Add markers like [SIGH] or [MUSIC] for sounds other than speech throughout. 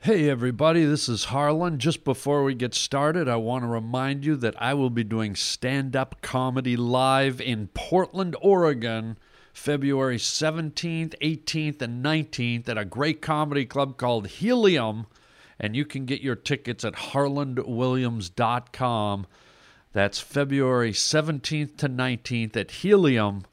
Hey, everybody, this is Harlan. Just before we get started, I want to remind you that I will be doing stand up comedy live in Portland, Oregon, February 17th, 18th, and 19th at a great comedy club called Helium. And you can get your tickets at harlandwilliams.com. That's February 17th to 19th at Helium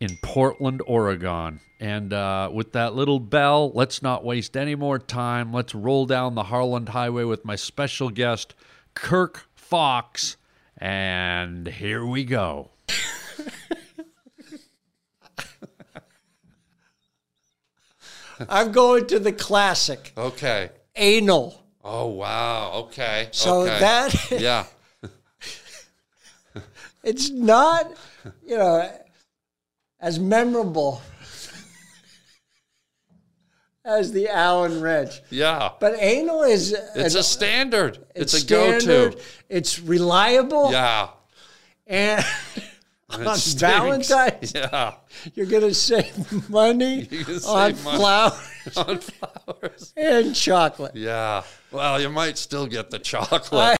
in Portland, Oregon. And uh, with that little bell, let's not waste any more time. Let's roll down the Harland Highway with my special guest, Kirk Fox. And here we go. I'm going to the classic Okay. anal. Oh wow. Okay. So okay. that- [LAUGHS] yeah. It's not, you know, as memorable as the Allen Wrench. Yeah. But anal is It's a standard. It's, a go-to. It's reliable. Yeah. And And [LAUGHS] it on stinks. Valentine's, Yeah. you're going to save [LAUGHS] money can on save money. flowers On flowers. and chocolate. Yeah. Well, you might still get the chocolate. I-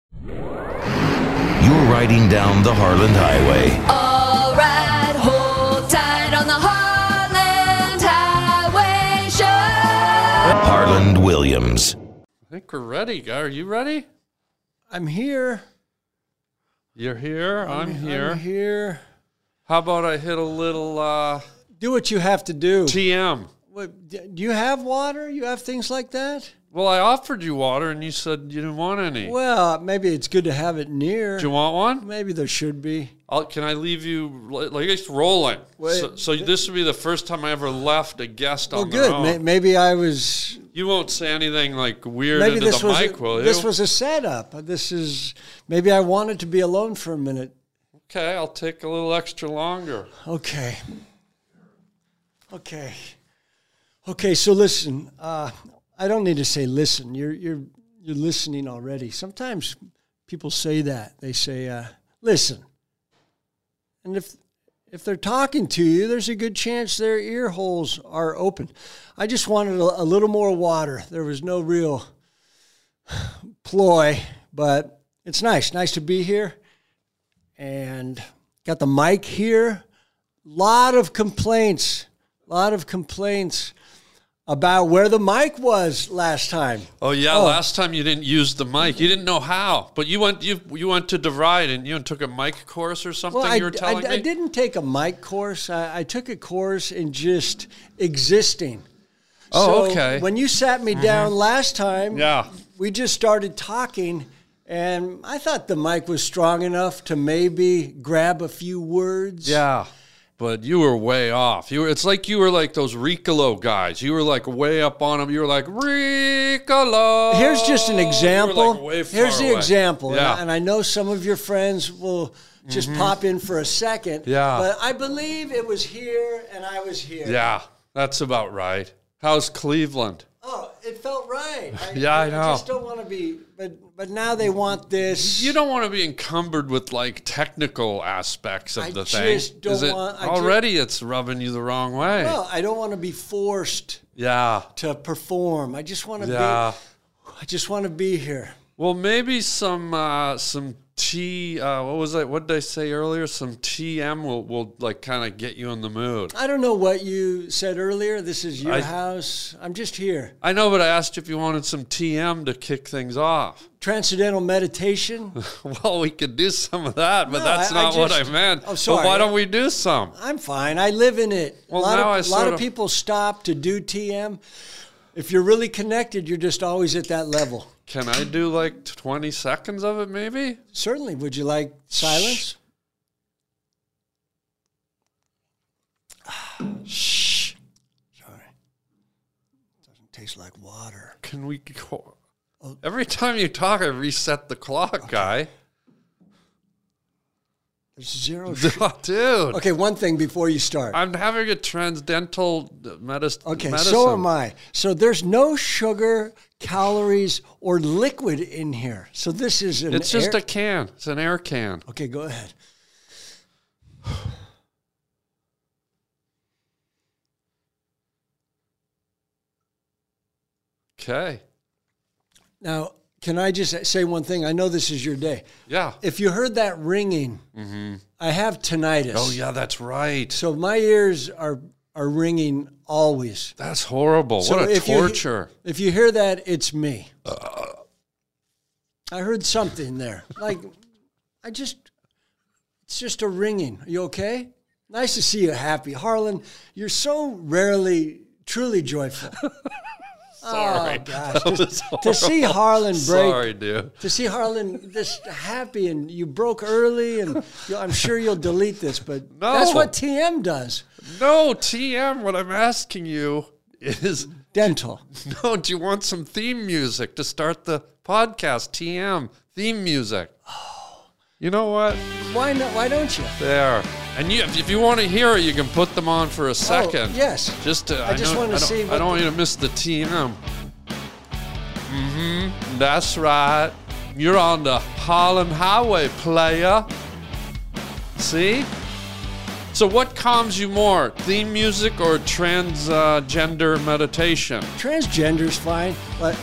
You're riding down the Harland Highway. All right, hold tight on the Heartland Highway Show. Harland Williams. I think we're ready. Guy. Are you ready? I'm here. You're here. I'm, here. I'm here. How about I hit a little uh, Do what you have to do. TM? What, d- do you have water? You have things like that? Well, I offered you water and you said you didn't want any. Well, maybe it's good to have it near. Do you want one? Maybe there should be. I'll, can I leave you li- like it's rolling? Wait. so, so this would be the first time I ever left a guest Well, on good. their own. May, maybe I was. You won't say anything like weird Maybe into this the was mic, a, will you? this was a setup. This is maybe I wanted to be alone for a minute. okay. I'll take a little extra longer. Okay. Okay. Okay. So listen. Uh, I don't need to say listen. You're you're you're listening already. Sometimes people say that. They say uh, listen. And if if they're talking to you, there's a good chance their ear holes are open. I just wanted a, a little more water. There was no real ploy, but it's nice. Nice to be here. And got the mic here lot of complaints, lot of complaints about where the mic was last time. Oh yeah, last time you didn't use the mic. You didn't know how, but you went you you went to DeVry and you and took a mic course or something. Well, I, you were telling I, me. I didn't take a mic course. I, I took a course in just existing. Oh, So okay. When you sat me down last time, Yeah. we just started talking, and I thought the mic was strong enough to maybe grab a few words. yeah, but you were way off. You were, it's like you were like those Ricolo guys. You were like way up on them. You were like Ricolo. Here's just an Oh, You were, like, example. way far Here's the away. example. And I- Yeah. Mm-hmm. And, I know some of your friends will just pop in for a second. Yeah. But I believe it was here and I was here. yeah, that's about right. How's Cleveland? Oh, it felt right. I, [LAUGHS] Yeah, I know. just don't want to be, but but now they want this. You don't want to be encumbered with like technical aspects of I the thing. just don't Is it- want- I ju- already it's rubbing you the wrong way. No, I don't want to be forced Yeah. to perform. I just [LAUGHS] want to Yeah. be. I just want to be here. Well, maybe some uh, some T. Uh, what was I? What did I say earlier? Some TM will will like kind of get you in the mood. I don't know what you said earlier. This is your I- house. I'm just here. I know, but I asked you if you wanted some TM to kick things off. [LAUGHS] Transcendental meditation. Well, we could do some of that, but No, that's I- I not what I just- meant. Oh, sorry. But why don't we do some? I'm fine. I live in it. Well, a lot, now I of, a lot sort of of- people stop to do TM. If you're really connected, you're just always at that level. Can I do like twenty seconds of it, maybe? Certainly. Would you like silence? [SIGHS] Shh. Sorry. Doesn't taste like water. Can we? go- Every time you talk, I reset the clock, guy. There's [LAUGHS] zero. sh- Dude, Oh, okay, one thing before you start. I'm having a transcendental medis- Okay, medicine. so am I. So there's no sugar, calories, or liquid in here. So this is an It's just air- a can. It's an air can. Okay, go ahead. Okay. Now, can I just say one thing? I know this is your day. Yeah. If you heard that ringing, I have tinnitus. Mm-hmm. Oh yeah, that's right. So my ears are are ringing always. That's horrible. So what a if you- torture. Uh. if you hear that, it's me. I heard something there. Like, I just, it's just a ringing. you okay? Nice to see you happy. Harlan, you're so rarely truly joyful. [LAUGHS] Sorry. Oh, [LAUGHS] gosh. Just, to see Harlan break. Sorry, dude. To see Harlan this happy and you broke early, and you I'm sure you'll delete this, but No. that's what TM does. No, TM, what I'm asking you is [LAUGHS] Dental. no, do you want some theme music to start the podcast? TM, theme music. Oh. You know what? Why not? Why don't you? There. And you, if if you want to hear it, you can put them on for a second. Oh, yes. Just to, I just know- wanted to I don't- see I what don't want you to miss the TM. Mm-hmm. That's right. You're on the Harlan Highway, player. See? So what calms you more, theme music or transgender meditation? transgender's fine, but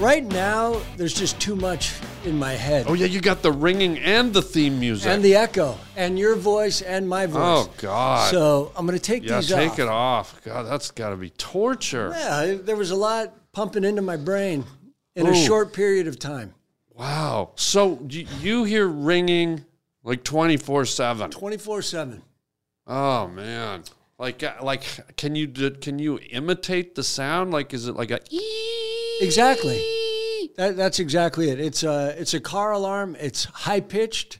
right now there's just too much in my head. Oh yeah, you got the ringing and the theme music. and the echo, and your voice, and my voice. Oh, God. So I'm gonna take yeah, these take off. it off. God, that's got to be torture. Yeah, there was a lot pumping into my brain in a Ooh. short period of time, Wow. So you, you hear ringing like 24/7. 24 seven. Oh man. Like uh, like can you d- can you imitate the sound? Like is it like a [LAUGHS] Exactly. That, that's exactly it. It's a it's a car alarm. It's high pitched,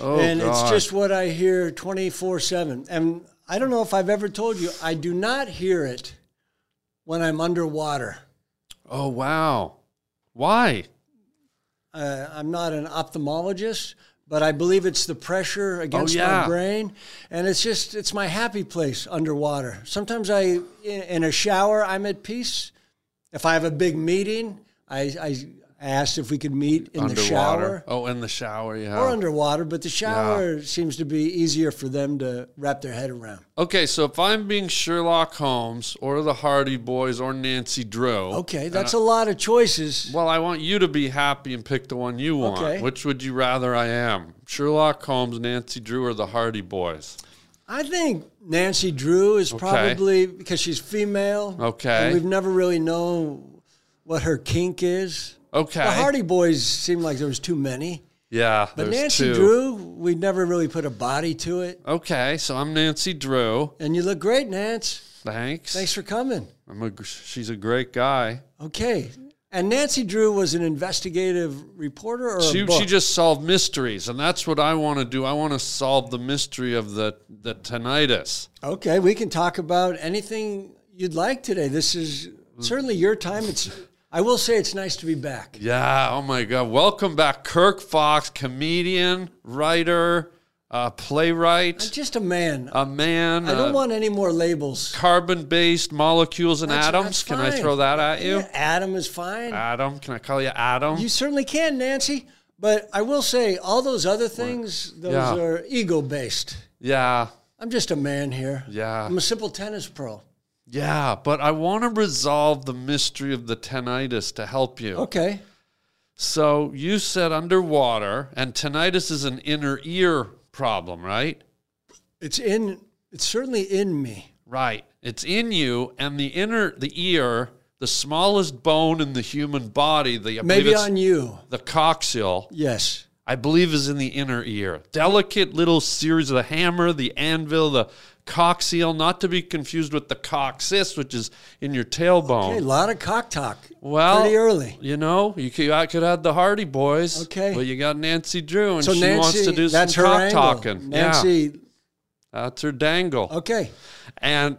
Oh, and it's God. just what I hear 24 seven. And I don't know if I've ever told you, I do not hear it when I'm underwater. Oh wow. Why? uh, I'm not an ophthalmologist, but I believe it's the pressure against Oh, yeah. my brain, and it's just it's my happy place underwater. Sometimes I in, in a shower I'm at peace. If I have a big meeting, I I asked if we could meet in the shower Oh, in the shower, yeah. or underwater, but the shower seems to be easier for them to wrap their head around. okay, so if I'm being Sherlock Holmes or the Hardy Boys or Nancy Drew, Okay, that's a lot of choices. Well, I want you to be happy and pick the one you want. Okay. Which would you rather I am? Sherlock Holmes, Nancy Drew, or the Hardy Boys? I think Nancy Drew is probably because she's female. Okay. and we've never really known what her kink is. Okay. The Hardy Boys seemed like there was too many, Yeah. but there's Nancy two. Drew, we never really put a body to it. Okay, so I'm Nancy Drew. And you look great, Nance. Thanks. Thanks for coming. I'm a, gr- she's a great guy. Okay. And Nancy Drew was an investigative reporter, or a She, book? she just solved mysteries, and that's what I want to do. I want to solve the mystery of the the tinnitus. Okay, we can talk about anything you'd like today. This is certainly your time. It's. I will say it's nice to be back. Yeah. Oh my God. Welcome back, Kirk Fox, comedian, writer, uh, I'm playwright, just a man. a man. uh, I don't want any more labels. carbon-based molecules and That's- atoms. that's Can I fine. throw that at you? Uh, Adam is fine. Adam. Can I call you Adam? You certainly can, Nancy. But I will say, all those other things, those Yeah. are ego based. yeah. I'm just a man here. Yeah. I'm a simple tennis pro. Yeah, but I want to resolve the mystery of the tinnitus to help you. Okay. So you said underwater, and tinnitus is an inner ear problem, right? It's in. It's certainly in me. Right. It's in you, and the inner the ear, the smallest bone in the human body, the I believe Maybe it's on you. the coccyx, Yes. I believe is in the inner ear. Delicate little series of the hammer, the anvil, the coccyx, not to be confused with the coccyx, which is in your tailbone. Hey, a lot of cock talk. Oh. Well, pretty early. You know, you could, I could have the Hardy Boys. Okay. But you got Nancy Drew, and So she Nancy, wants to do that's some her cock angle. talking. Yeah, Nancy. that's her dangle. Okay. And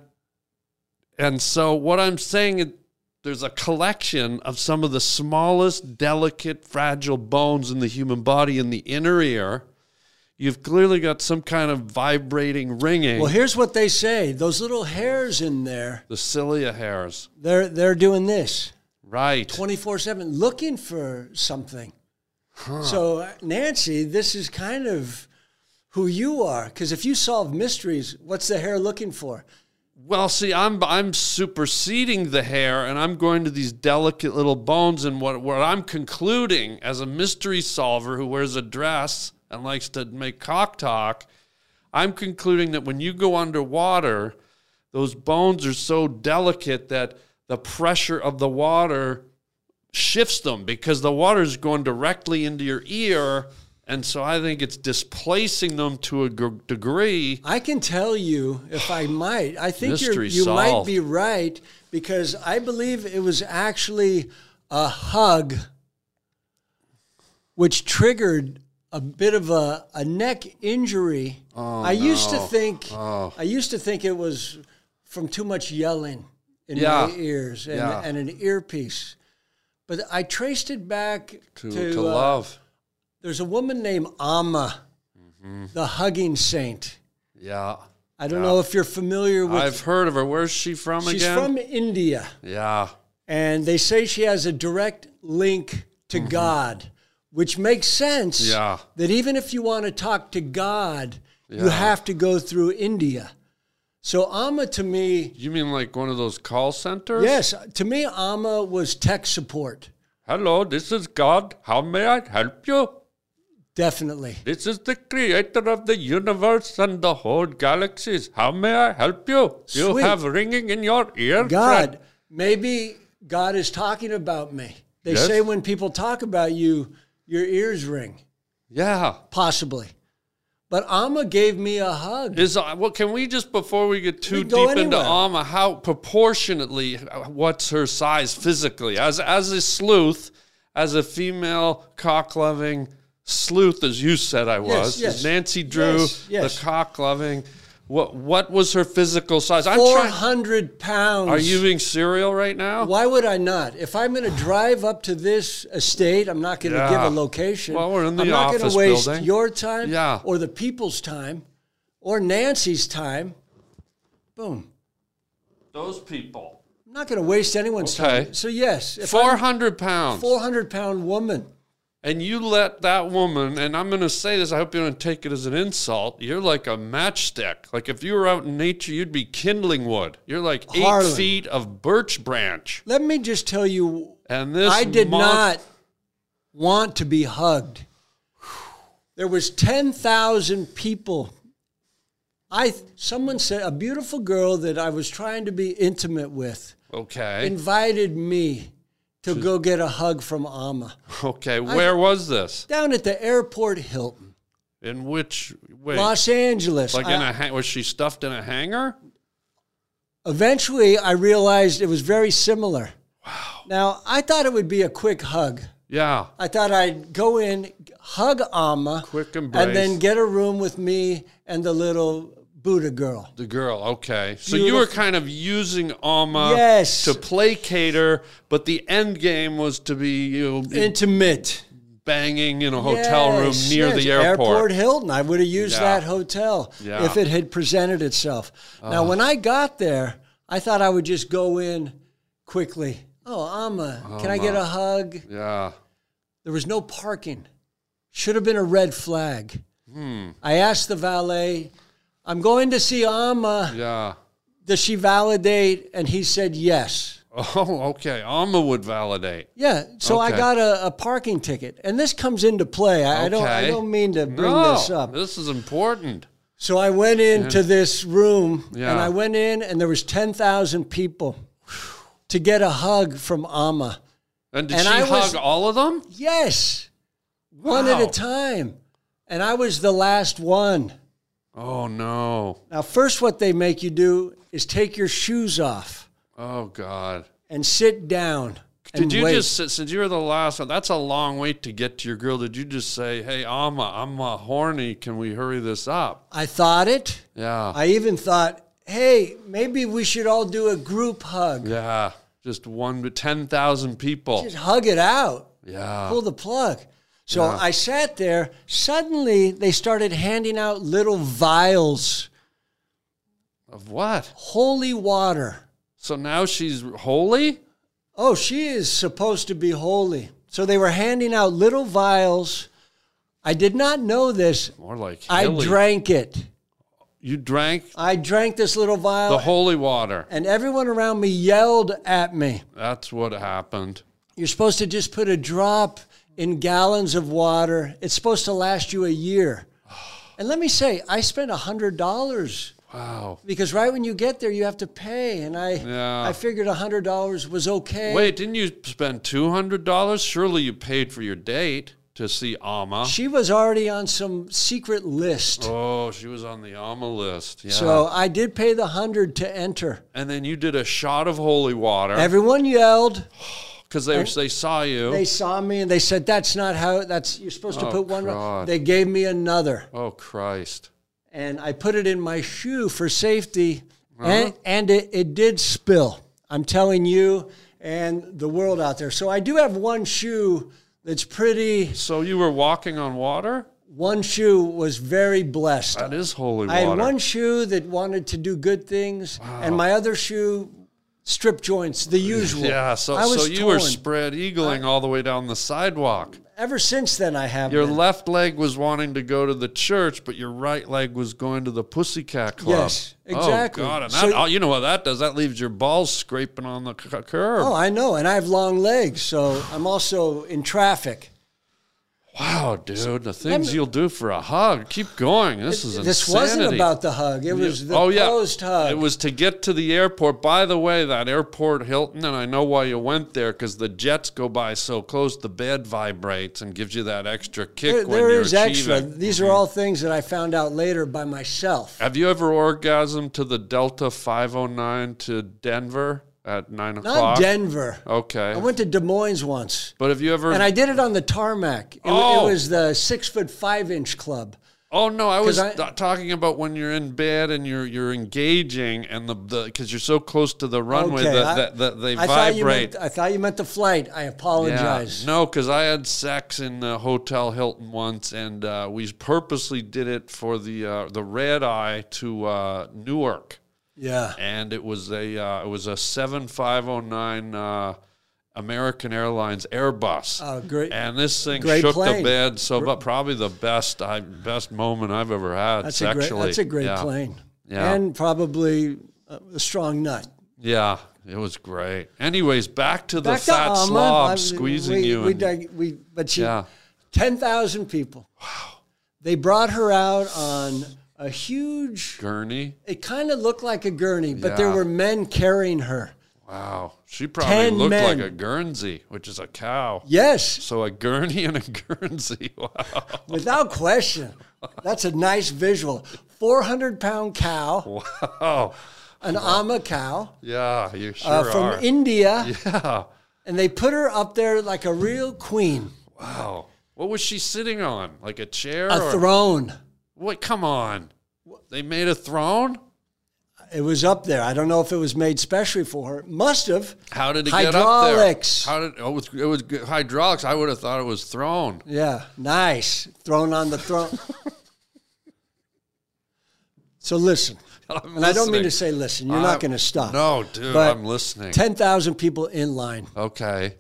and so what I'm saying is there's a collection of some of the smallest, delicate, fragile bones in the human body in the inner ear. You've clearly got some kind of vibrating ringing. Well, here's what they say. Those little hairs in there, the cilia hairs. they're they're doing this. Right. 24 7 looking for something. So, Nancy, this is kind of who you are. Because if you solve mysteries, what's the hair looking for? Well, see, I'm I'm superseding the hair, and I'm going to these delicate little bones. And what what I'm concluding as a mystery solver who wears a dress and likes to make cock talk, I'm concluding that when you go underwater, those bones are so delicate that the pressure of the water shifts them because the water is going directly into your ear, and so I think it's displacing them to a gr- degree. I can tell you, if I might, I think you're, Mystery you might solved. be right because I believe it was actually a hug which triggered a bit of a, a neck injury. Oh, I used to think I used to think it was from too much yelling in Yeah. my ears and, Yeah. and an earpiece. But I traced it back To, to, to, uh, love. There's a woman named Amma, Mm-hmm. the hugging saint. Yeah. I don't know if you're familiar with. I've heard of her. Where's she from she's again? from India, yeah. and they say she has a direct link to God, which makes sense. Mm-hmm. Yeah. That even if you want to talk to God, you Yeah. have to go through India. So Amma to me, You mean like one of those call centers? yes, to me Amma was tech support, Hello, this is God. How may I help you? definitely. This is the creator of the universe and the whole galaxies. How may I help you? You Sweet. have ringing in your ear. God, friend. maybe God is talking about me. They Yes. say when people talk about you, your ears ring, Yeah. possibly. But Amma gave me a hug. Is uh, well, can we just before we get too can go deep into anywhere. Alma, how proportionately uh, what's her size physically? As as a sleuth, as a female cock loving sleuth, as you said I was, yes. Nancy Drew, Yes, yes. the cock loving. What what was her physical size? I'm Four trying. hundred pounds. Are you being serial right now? Why would I not? If I'm going to drive up to this estate, I'm not going to Yeah. give a location. Well, we're in the I'm not gonna office waste building. your time, Yeah. or the people's time, or Nancy's time. Boom. Those people. I'm not going to waste anyone's Okay. time. So yes, if Four hundred pounds. four hundred pound woman. and you let that woman, and I'm going to say this, I hope you don't take it as an insult. You're like a matchstick. Like if you were out in nature, you'd be kindling wood. You're like eight Harlan. feet of birch branch. Let me just tell you, And this I did month- not want to be hugged. There was 10,000 people. I someone said a beautiful girl that I was trying to be intimate with Okay. invited me to go get a hug from Amma okay. Where was this? down at the airport Hilton, In which way? Los Angeles. like I- in a hang- was she stuffed in a hangar? eventually I realized it was very similar. Wow. Now, I thought it would be a quick hug. Yeah. I thought I'd go in, hug Amma, Quick embrace. and then get a room with me and the little Buddha girl. The girl, okay. So you were Beautiful. kind of using Alma Yes. to placate her, but the end game was to be you know, Intimate banging in a hotel Yes, room near yes, the airport. Airport Hilton. I would have used Yeah. that hotel Yeah. if it had presented itself. Now, when I got there, I thought I would just go in quickly. Oh, Amma, can I get a hug? Yeah. There was no parking. Should have been a red flag. Hmm. I asked the valet, I'm going to see Amma. Yeah. [LAUGHS] Does she validate? And he said yes. Oh, okay. Alma would validate. Yeah, so I Okay. got a, a parking ticket, and this comes into play. I, I don't, I Okay. don't mean to bring no, this up. This is important. So I went into this room, Yeah. and I went in, and there was ten thousand people to get a hug from Amma. And did And she I hug was- all of them? Yes, one at Wow. a time, and I was the last one. Oh no. Now, first, what they make you do is take your shoes off Oh god. and sit down. and Did you wait. just just since you were the last one? That's a long wait to get to your girl. Did you just say, "Hey, Alma, I'm uh, horny. Can we hurry this up?" I thought it. Yeah. I even thought, hey, maybe we should all do a group hug. yeah. Just one to ten thousand people. just hug it out, yeah. pull the plug. So I sat there. Suddenly, they started handing out little vials, Of what? holy water. So now she's holy. Oh, she is supposed to be holy. So they were handing out little vials. I did not know this. More like I Hilly. drank it. You drank I drank this little vial, the holy water. and everyone around me yelled at me. That's what happened. You're supposed to just put a drop in gallons of water. It's supposed to last you a [SIGHS] year. And let me say, I spent hundred dollars Wow. because right when you get there, you have to pay, and I Yeah. I figured hundred dollars was okay. Wait, didn't you spend two hundred dollars? Surely you paid for your date to see Alma. She was already on some secret list, oh, she was on the Alma list. Yeah. so I did pay the hundred to enter. and then you did a shot of holy water Everyone yelled. because they they saw you. They saw me and they said, "That's not how. That's you're supposed to Oh, put one." God. They gave me another. oh Christ! and I put it in my shoe for safety, and, and it, it did spill. I'm telling you and the world out there. So I do have one shoe that's pretty. So you were walking on water? One shoe was very blessed. That is holy I had water. one shoe that wanted to do good things, and my other shoe, strip joints, the usual. yeah, so, I was so you were torn. spread eagling all the way down the sidewalk. Ever since then, I have. Your been. left leg was wanting to go to the church, but your right leg was going to the pussycat club. Yes, exactly. Oh, God. And So- that, oh, you know what that does? That leaves your balls scraping on the c- curb. Oh, I know, and I have long legs, so I'm also in traffic. wow, dude. The things you'll do for a hug. Keep going. This is This insanity. wasn't about the hug. It was the oh, yeah. proposed hug. It was to get to the airport. By the way, that airport, Hilton, and I know why you went there because the jets go by so close, the bed vibrates and gives you that extra kick There- when there you're is extra. achieving. These are all things that I found out later by myself. Have you ever orgasmed to the Delta 509 to Denver at 9 Not o'clock? Denver. Okay. I went to Des Moines once, but have you ever. and I did it on the tarmac. It, w- Oh. it was the six foot five inch club. oh, no, I was 'Cause I- th- talking about when you're in bed and you're you're engaging and the because you're so close to the runway Okay, that, I- that, that they I thought you vibrate. meant. I thought you meant the flight. I apologize. No, because I had sex in the Hotel Hilton once, and uh, we purposely did it for the uh, the red eye to uh, Newark, Yeah. and it was a uh, it was a seven five zero nine uh, American Airlines Airbus. Oh, great. And this thing Great shook plane. the bed so, but probably the best I, best moment I've ever had That's a sexually. great. That's a great yeah. plane. Yeah. And probably a a strong nut. Yeah, it was great. Anyways, back to the Back to fat Alma, slob I- squeezing we, you. We, and- dig- we, but she, yeah. 10,000 people. Wow. They brought her out on a huge, Gurney. it kind of looked like a gurney, but there Yeah. were men carrying her. Wow. She probably Ten looked men. like a Guernsey, which is a cow. Yes, So a Gurney and a [LAUGHS] Guernsey. Wow. without question. That's a nice visual. 400 pound cow, Wow. an Amma cow Oh, Yeah, you sure uh, from are. India, yeah. and they put her up there like a real queen, Wow. What was she sitting on? Like a chair? a or throne. What? Come on. They made a throne? It was up there. I don't know if it was made specially for her. Must have. How did it Hydraulics. get up there? How did oh, it was, it was hydraulics? I would have thought it was thrown. Yeah, nice. Thrown on the throne. so listen, [LAUGHS] I'm and I don't mean to say listening. listen. You're not I'm- going to stop. No, dude, But I'm listening. Ten thousand people in line. okay.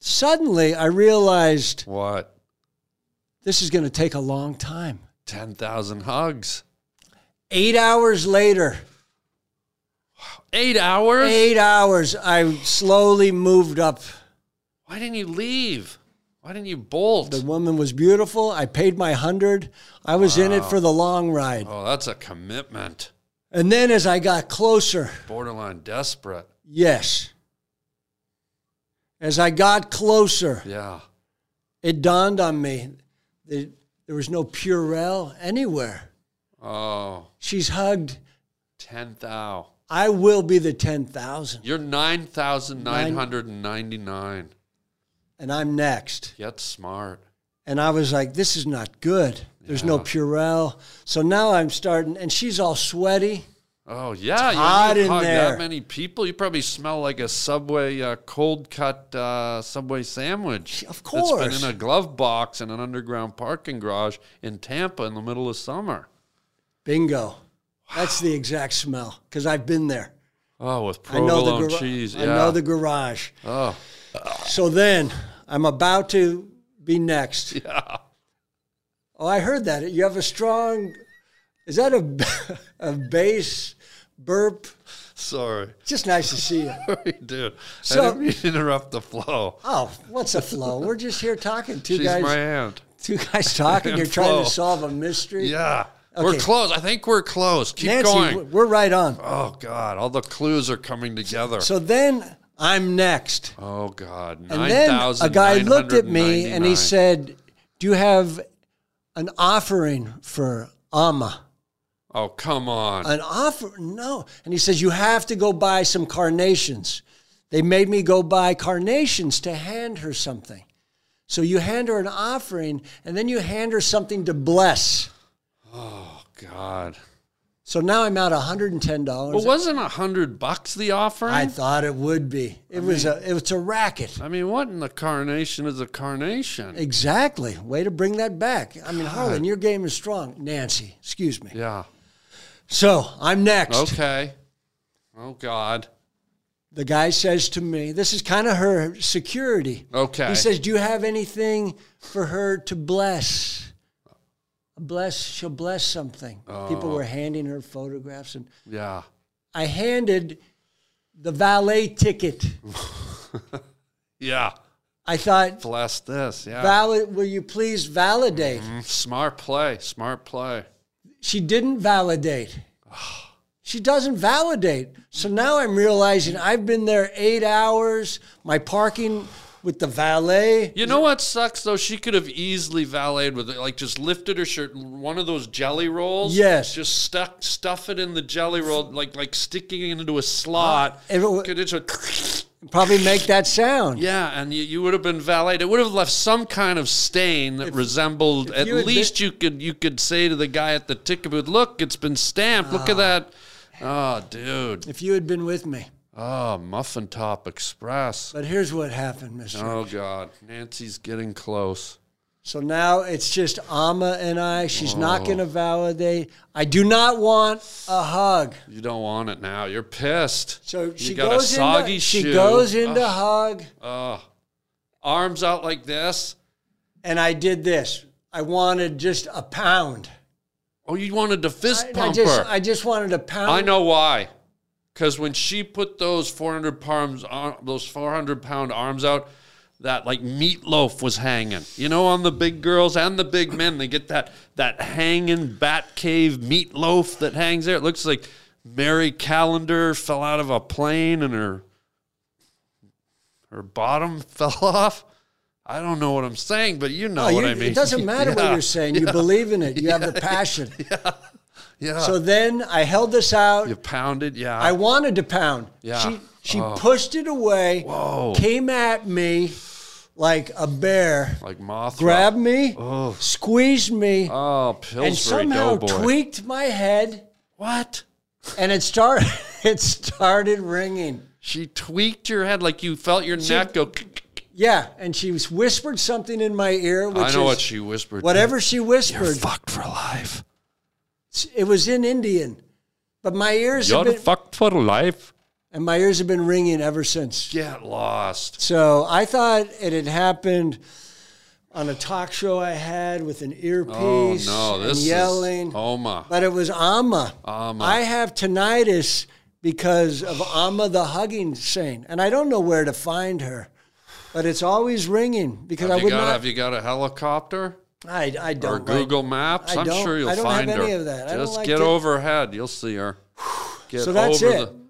Suddenly, I realized What? this is going to take a long time. 10,000 hugs. Eight hours later, Eight hours? eight hours. I slowly moved up. Why didn't you leave? Why didn't you bolt? The woman was beautiful. I paid my hundred. I was in it for the long ride. oh, that's a commitment. And then, as I got closer, Borderline desperate. yes. As I got closer, Yeah. it dawned on me that there was no Purell anywhere. Oh, She's hugged. 10 thou. I will be the 10,000, You're 9,999. and I'm next. Get smart. And I was like, this is not good. There's no Purell. So now I'm starting, and she's all sweaty. Oh, yeah. You, hot you in hug there. that many people. You probably smell like a Subway uh, cold cut uh, Subway sandwich. Of That's course. been in a glove box in an underground parking garage in Tampa in the middle of summer. Bingo. That's the exact smell because I've been there. Oh, with I know the provolone garage. cheese. Yeah. I know the garage. oh, So then I'm about to be next. [LAUGHS] yeah. Oh, I heard that. You have a strong Is that a, [LAUGHS] a bass burp? Sorry. [LAUGHS] Just nice to see you. Sorry, dude. So- I didn't mean to interrupt the flow. Oh, what's a flow? We're just here talking. Two She's guys, my aunt. two guys talking. You're trying [LAUGHS] Flow. to solve a mystery. Yeah. Okay. We're close. I think we're close. Keep Nancy, going. w- we're right on. oh, God. All the clues are coming together. So then I'm next, oh, God. and then a guy looked at me and he 9,999. said, "Do you have an offering for Amma?" Oh, come on. an offer no and he says you have to go buy some carnations they made me go buy carnations to hand her something so you hand her an offering and then you hand her something to bless oh, God. so now i'm out $110 Well, wasn't a hundred bucks the offering? i thought it would be it was a it was a racket I mean, what in the carnation is a carnation? exactly way to bring that back i mean harlan your game is strong nancy excuse me yeah. so i'm next Okay. Oh, God. the guy says to me, this is kind of her security. Okay. He says, Do you have anything for her to bless? Bless, she'll bless something. People were handing her photographs, and Yeah. I handed the valet ticket. Yeah. I thought, Bless this. Yeah. Valid, will you please validate? Mm-hmm. Smart play. Smart play. She didn't validate. She doesn't validate. So now I'm realizing I've been there eight hours, my parking with the valet. You know what sucks though? She could have easily valeted with it, like just lifted her shirt, one of those jelly rolls. Yes. Just stuck, stuff it in the jelly roll, like like sticking it into a slot. It wa- Could it just- probably make that sound. yeah, and you, you would have been valeted. It would have left some kind of stain that resembled. At you had least you could you could say to the guy at the ticket booth, "Look, it's been stamped. Look Ah. at that." Oh, dude. If you had been with me. Oh, Muffin Top Express. But here's what happened, Mr. Oh God, Nancy's getting close. So now it's just Amma and I. She's not going to validate. I do not want a hug. You don't want it now. You're pissed. So you she got goes a soggy into, shoe. Ah. She goes into Ugh, hug, arms out like this. and I did this. I wanted just a pound. Oh, you wanted to fist I, I pump just, her. I just wanted a pound. I know why. Because when she put those 400 pounds, ar- those 400 pound arms out, that like meatloaf was hanging. You know, on the big girls and the big men, they get that that hanging bat cave meatloaf that hangs there. It looks like Mary Calendar fell out of a plane and her her bottom [LAUGHS] fell off. I don't know what I'm saying, but you know Oh, what you- I mean. It doesn't matter what Yeah, you're saying. You believe in it. You have the passion. [LAUGHS] Yeah. So then I held this out. [LAUGHS] you pounded, yeah. I wanted to pound. Yeah. Oh. She she pushed it away. Came at me like a bear. like moth. grabbed me, squeezed me, Oh, and Pillsbury somehow Doughboy. tweaked my head. what? And it started. [LAUGHS] It started ringing. She tweaked your head like you felt your neck go. Yeah, and she was- whispered something in my ear. Which I know is what she whispered. Whatever she You're whispered, fucked for life. it was in Indian, but my ears have You're been, fucked for life. and my ears have been ringing ever since. Get lost. So I thought it had happened on a talk show I had with an Oh earpiece no, and this yelling. is oh, Oma. But it was Amma. Amma. I have tinnitus because of Amma the hugging saint, and I don't know where to find her. But it's always ringing because Have I you, would got, not. have you got a helicopter I, I don't. or like- Google Maps? I I'm don't- sure you'll I don't have find her. any of that. I don't Just like get to- overhead. You'll [SIGHS] see her. Get So that's over it. The...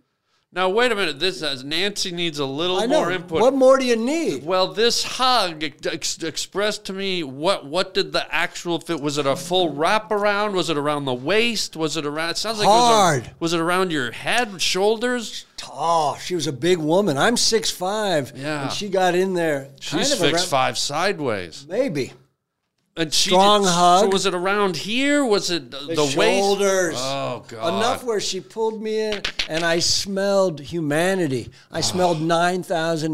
Now wait a minute. This is, Nancy needs a little I know. more input. What more do you need? Well, this hug ex- expressed to me what what did the actual fit? Was it a full wraparound? Was it around the waist? Was it around? It sounds like It was, Hard. a- was it around your head, shoulders? Tall. She was a big woman. I'm six five. Yeah. And she got in there. She's kind of fixed around- five sideways. Maybe. And she Strong did- So hug. was it around here? Was it the, The, waist? shoulders. Oh god. Enough where she pulled me in and I smelled humanity. I smelled Ah.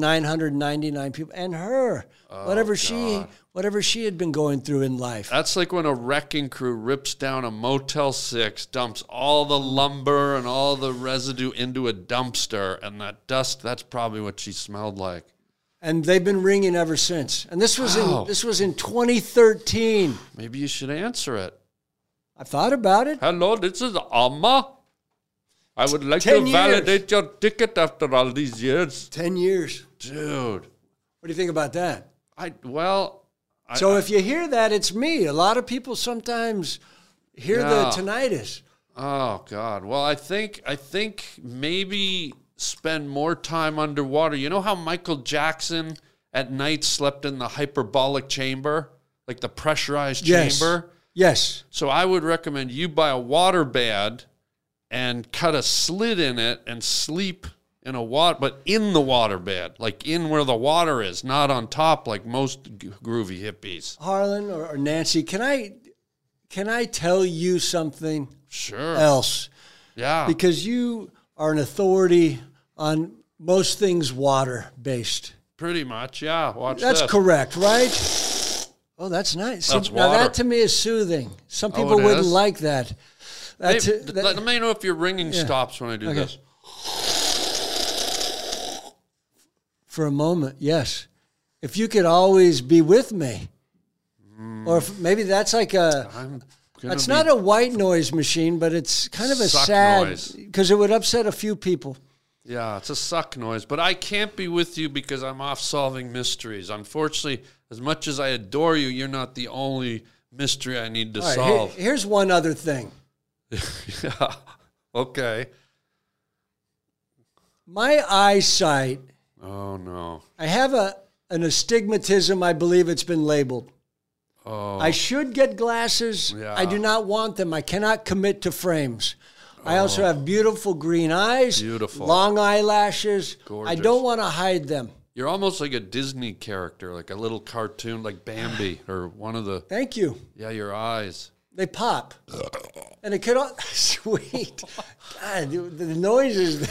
9,999 people and her. Oh, whatever she whatever she had been going through in life. That's like when a wrecking crew rips down a Motel 6, dumps all the lumber and all the residue into a dumpster, and that dust, that's probably what she smelled like. And they've been ringing ever since. And this was in this was in 2013. Maybe you should answer it. I've thought about it. Hello, this is Amma. I would like to Ten years. validate your ticket after all these years. Ten years. Dude, What do you think about that? I, well, I, so if you hear that, it's me. A lot of people sometimes hear Yeah. the tinnitus. Oh God. Well, I think I think maybe spend more time underwater. You know how Michael Jackson at night slept in the hyperbolic chamber, like the pressurized Yes. chamber. Yes. So I would recommend you buy a water bed and cut a slit in it and sleep in a water, but in the water bed, like in where the water is, not on top like most g- groovy hippies. Harlan or, or Nancy, can I can I tell you something Sure. else? yeah. Because you are an authority on most things water based. pretty much. Yeah. Watch That's this. correct, right? Oh, that's nice. See, That's Now water. Oh, that to me is soothing. Some people it wouldn't is? like that. Hey, That's th- let, let me know if your ringing stops when I do Okay. this. for a moment, yes. If you could always be with me, Mm. or if maybe that's like a. I'm gonna It's be- not a white noise machine, but it's kind of a Suck sad noise. because it would upset a few people. yeah, it's a suck noise, but I can't be with you because I'm off solving mysteries. Unfortunately, as much as I adore you, you're not the only mystery I need to All right, here- solve. here's one other thing. yeah. [LAUGHS] Okay. My eyesight, Oh no. I have a an astigmatism. I believe it's been labeled. Oh. I should get glasses. I do Yeah. not want them. I cannot commit to frames. I also have beautiful green eyes, Oh. Beautiful. long eyelashes. I Gorgeous. don't want to hide them. You're almost like a Disney character, like a little cartoon, [SIGHS] like Bambi or one of the Thank you. yeah, your eyes. They pop, and it could all [LAUGHS] sweet. God, the the noises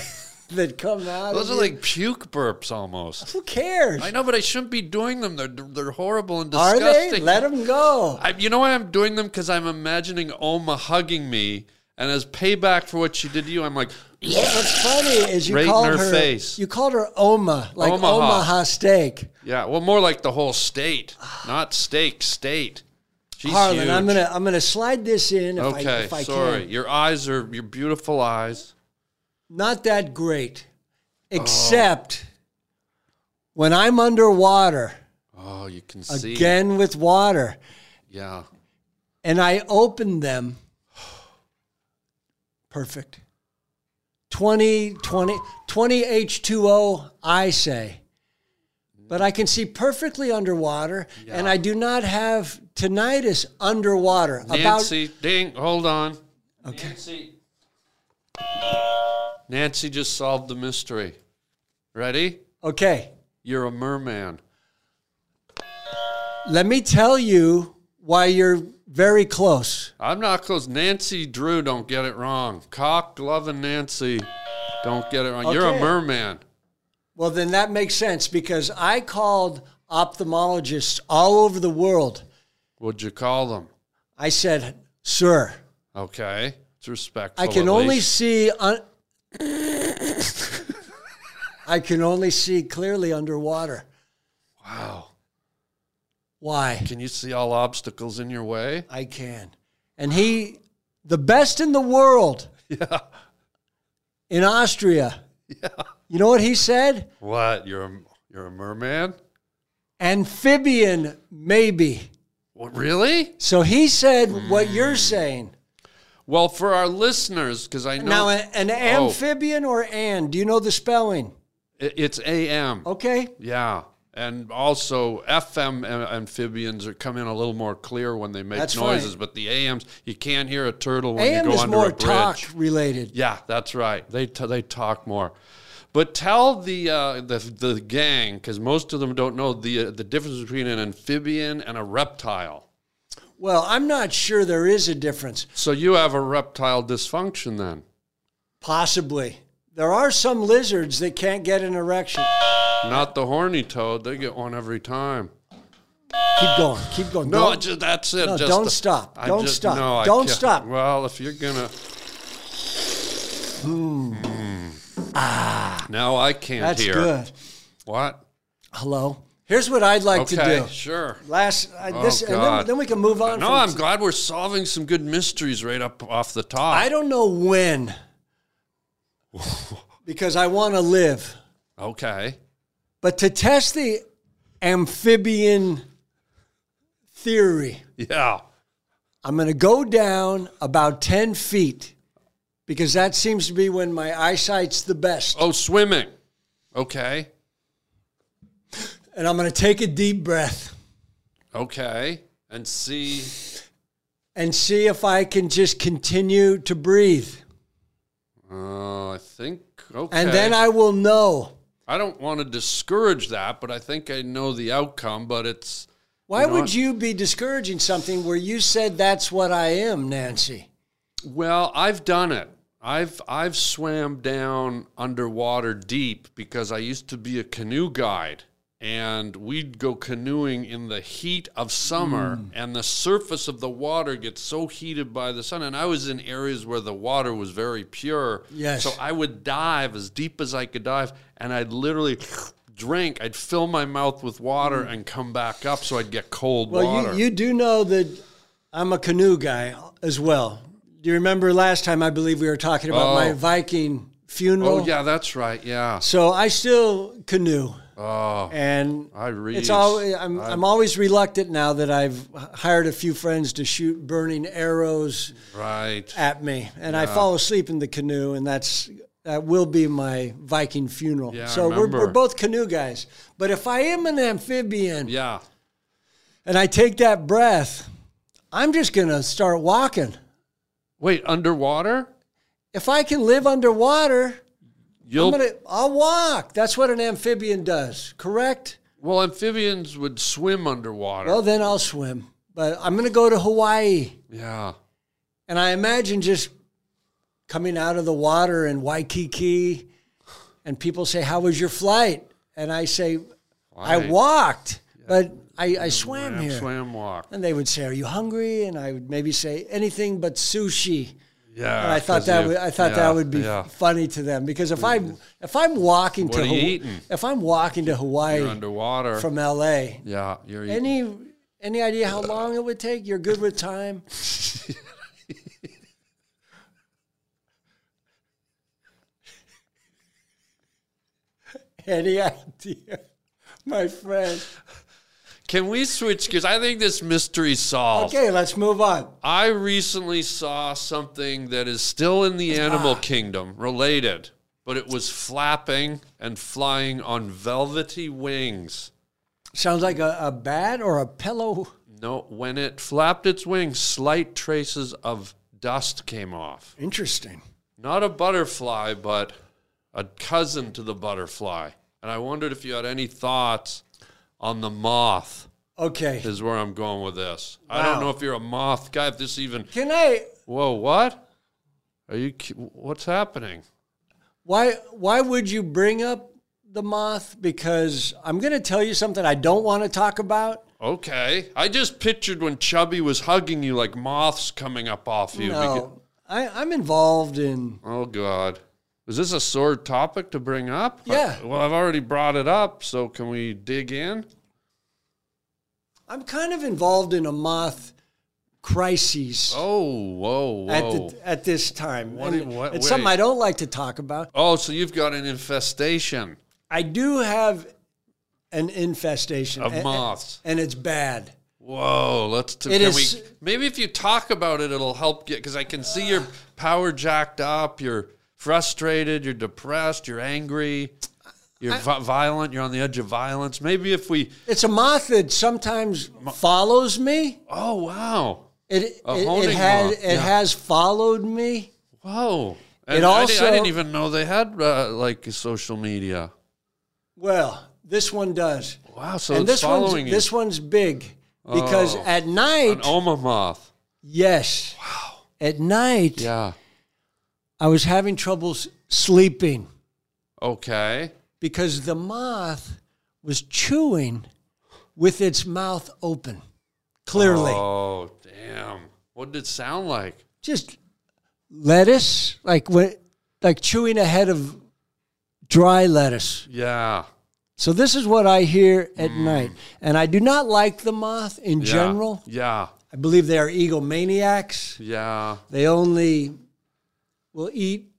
[LAUGHS] that come out. Those of are you. like puke burps almost. who cares? I know, but I shouldn't be doing them. They're they're horrible and Are disgusting. they? Let them go. I, you know why I'm doing them? Because I'm imagining Oma hugging me, and as payback for what she did to you, I'm like, What's funny is you Right in called her her, face. You called her Oma, like Omaha. Omaha, steak. yeah, well, more like the whole state, not steak, state. She's Harlan, huge. I'm gonna I'm gonna slide this in if Okay, I if I sorry. can. Your eyes are your beautiful eyes. Not that great, Oh. except when I'm underwater Oh, you can see. again with water, Yeah. and I open them. [SIGHS] Perfect. 20, 20, 20 H2O, I say. But I can see perfectly underwater, and I do not have tinnitus underwater. Nancy, ding. Hold on. Okay. Nancy. Nancy just solved the mystery. Ready? About, okay. You're a merman. Let me tell you why you're very close. I'm not close. Nancy Drew don't get it wrong. Cock, glove, and Nancy don't get it wrong. You're a Okay. merman. Well, then that makes sense because I called ophthalmologists all over the world. What'd you call them? I said, Sir, Okay. It's respectful. I can at only least. see. Un- I can only see clearly underwater. Wow. Why? Can you see all obstacles in your way? I can. And he, the best in the world Yeah. in Austria. You know what he said? What? You're a, you're a merman? Amphibian, maybe. What, really? So he said Mm. what you're saying. Well, for our listeners, because I know Now, uh, a- Oh. an amphibian or an? Do you know the spelling? i- it's AM. Okay. Yeah. And also, FM a- amphibians are come in a little more clear when they make That's noises, right. but the AMs, you can't hear a turtle when AM you go is under more a bridge. talk related. Yeah, that's right. They t- they talk more. But tell the uh, the the gang because most of them don't know the uh, the difference between an amphibian and a reptile. Well, I'm not sure there is a difference. So you have a reptile dysfunction then. Possibly. There are some lizards that can't get an erection. Not the horny toad; they get one every time. Keep going. Keep going. No, Don't- ju- that's it. no, just don't the- stop. I Don't just- stop. no, I Don't can't. stop. Well, if you're gonna. Ah. Now I can't that's hear. Hmm. Ah. good. What? Hello. Here's what I'd like Okay, to do. sure. Last, I, this, and then, God. then we can move on. No, from- I'm glad we're solving some good mysteries right up off the top. I don't know [LAUGHS] when, because I want to live. okay. But to test the amphibian theory, Yeah. I'm going to go down about 10 feet because that seems to be when my eyesight's the best. Oh, swimming. Okay. And I'm going to take a deep breath Okay. And see. and see if I can just continue to breathe. Oh, I think. Okay. And then I will know. I don't want to discourage that, but I think I know the outcome. But it's Why You know would what? you be discouraging something where you said that's what I am, Nancy? well, I've done it. I've I've swam down underwater deep because I used to be a canoe guide, and we'd go canoeing in the heat of summer, Hmm. and the surface of the water gets so heated by the sun. And I was in areas where the water was very pure. Yes. So I would dive as deep as I could dive, and I'd literally. Drink, I'd fill my mouth with water and come back up so I'd get cold water. Hmm. Well, you, you do know that I'm a canoe guy as well. Do you remember last time I believe we were talking about my Oh. Viking funeral? Oh yeah, that's right. Yeah. So I still canoe, Oh, and I read. it's all. I'm, I'm always reluctant now that I've hired a few friends to shoot burning arrows right. at me, and I fall asleep in the canoe, and that's that will be my Viking funeral. Yeah, I so we're, we're remember. both canoe guys. But if I am an amphibian, Yeah. and I take that breath, I'm just going to start walking. Wait, underwater? If I can live underwater, You'll I'm gonna, I'll walk. That's what an amphibian does, correct? well, amphibians would swim underwater. Well, then I'll swim. But I'm going to go to Hawaii. yeah. And I imagine just coming out of the water in Waikiki and people say, How was your flight? And I say, I Right. walked, but I, I swam Swam, here. swam, walk. And they would say, Are you hungry? And I would maybe say, Anything but sushi. Yeah. And I thought Ah, 'cause that you- would, I thought yeah, that would be yeah. funny to them because if I'm if I'm walking What to are you Hawa- eating? if I'm walking to Hawaii You're underwater. from L.A. yeah. You're eating. any any idea how long it would take? You're good with time. any idea, my friend? Can we switch? Because I think this mystery's solved. Okay, let's move on. I recently saw something that is still in the animal Ah. kingdom related, but it was flapping and flying on velvety wings. Sounds like a, a bat or a pillow. No, when it flapped its wings, slight traces of dust came off. Interesting. Not a butterfly, but a cousin to the butterfly. And I wondered if you had any thoughts on the moth, Okay. is where I'm going with this. I don't know if you're a moth guy, if this even. Can I Whoa, what? Are you. ki- What's happening? Why why would you bring up the moth? Because I'm going to tell you something I don't want to talk about. Okay. I just pictured when Chubby was hugging you like moths coming up off you. because- No, I, I'm involved in. Oh God. Is this a sore topic to bring up? Yeah. I- well, I've already brought it up, so can we dig in? I'm kind of involved in a moth crises Oh, whoa, at whoa. the, at this time. What And i- what- it's something wait. I don't like to talk about. oh, so you've got an infestation I do have an infestation of and- moths. and it's bad. Whoa, let's. T- It can is- we, maybe if you talk about it, it'll help get. Because I can see you're power jacked up. You're frustrated. You're depressed. You're angry. You're vi- violent. You're on the edge of violence. Maybe if we. It's a moth that sometimes follows me. Oh wow. It A it, it honing had moth, it yeah. has followed me. Whoa. It And I, di- I also- didn't even know they had uh, like social media. Well, this one does. Wow, so and it's this following one's, you. this one's big because Oh. at night, An Oma moth. yes, wow. at night Yeah. I was having trouble s- sleeping Okay. because the moth was chewing with its mouth open, clearly, Oh, damn. What did it sound like? just lettuce, like when, like chewing a head of dry lettuce. Yeah. So this is what I hear at night. And I do not like the moth in Mm. Yeah. general. Yeah. I believe they are egomaniacs. Yeah. They only will eat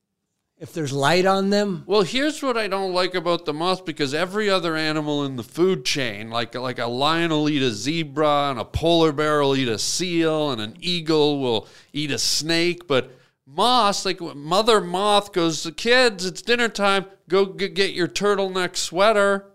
if there's light on them. Well, here's what I don't like about the moth because every other animal in the food chain, like like a lion will eat a zebra and a polar bear will eat a seal and an eagle will eat a snake, but moths, like mother moth goes to kids, it's dinner time, go g- get your turtleneck sweater.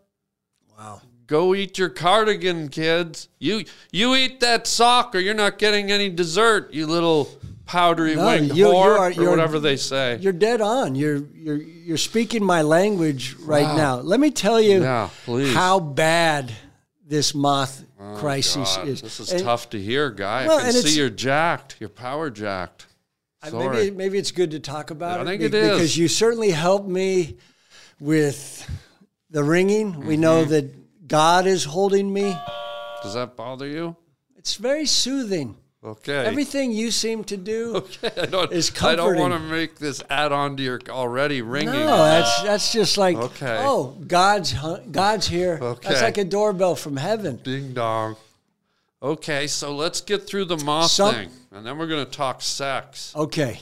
Wow. Go eat your cardigan, kids. You you eat that sock or you're not getting any dessert, you little powdery No, winged you- you whore are- or you're- whatever they say. You're dead on. You're you're you're speaking my language right now. Let me tell you Yeah, please. Oh, how bad this moth crisis God, is. This is And- tough to hear, guy. Well, I can and it's- see you're jacked. You're power jacked. I- Sorry. Maybe maybe it's good to talk about I it. think be- it is. because you certainly helped me with the ringing. We know Mm-hmm. that God is holding me. Does that bother you? It's very soothing. Okay. Everything you seem to do. [LAUGHS] I don't, is I don't comforting. want to make this add on to your already ringing. No, that's that's just like Okay. oh, God's hu- God's here. Okay. That's like a doorbell from heaven. Ding dong. Okay, so let's get through the moth Some- thing, and then we're going to talk sex. Okay.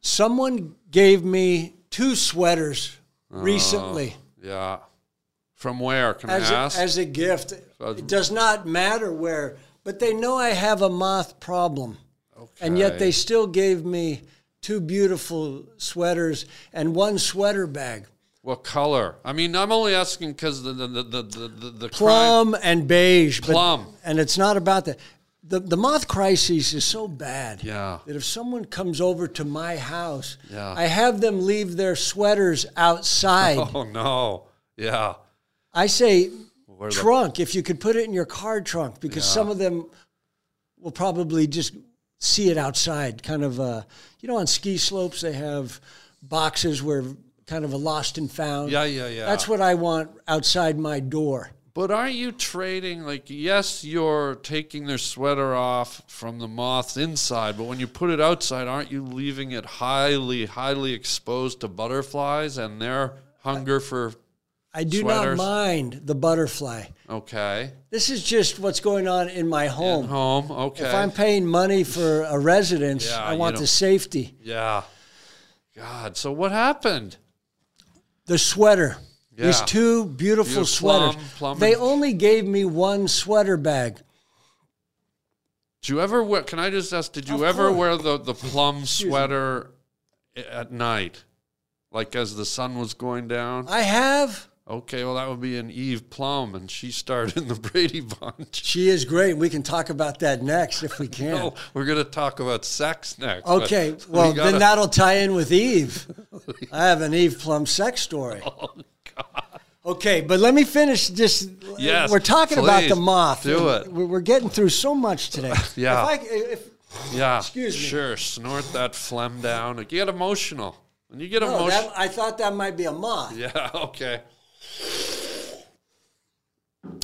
Someone gave me two sweaters recently Yeah. From where? Can as Oh. I a, ask? as a gift. It does not matter where, but they know I have a moth problem. And yet they still gave me two beautiful sweaters and one sweater bag. what color? I mean, I'm only asking because the the the the the, the, the crime- Plum and beige. but- Plum. and it's not about that. The, the moth crisis is so bad Yeah. that if someone comes over to my house, Yeah. I have them leave their sweaters [LAUGHS] outside. Oh no. Yeah. I say the- trunk, if you could put it in your car trunk, because some of them will probably just see it outside. Kind of, uh, you know, on ski slopes, they have boxes where kind of a lost and found. Yeah, yeah, yeah. That's what I want outside my door. But aren't you trading? Like, yes, you're taking their sweater off from the moths inside, but when you put it outside, aren't you leaving it highly, highly exposed to butterflies and their hunger for? I do Sweaters. not mind the butterfly. Okay, This is just what's going on in my home. home. Okay, If I'm paying money for a residence, Yeah, I you want the don't- safety. yeah. God, so what happened? The sweater. These Yeah. two beautiful Your sweaters. plum- plum they and- only gave me one sweater bag. Did you ever wear? Can I just ask? Did you Of ever course. [LAUGHS] wear the the plum sweater i- at night, like as the sun was going down? I have. Okay, well that would be an Eve Plum, and she starred in the [LAUGHS] Brady Bunch. She is great. We can talk about that next if we can. [LAUGHS] No, we're going to talk about sex next. but okay. we Well, gotta- then that'll tie in with Eve. I have an Eve Plum sex [LAUGHS] story. Oh, Okay, but let me finish this. Yes, we're talking about the please, moth. do And it. We're we're getting through so much today. [LAUGHS] Yeah. If I, if, yeah, excuse me. Sure, snort that phlegm down. You get emotional. When you get no, emotional, oh, that, I thought that might be a moth. [LAUGHS] yeah, okay.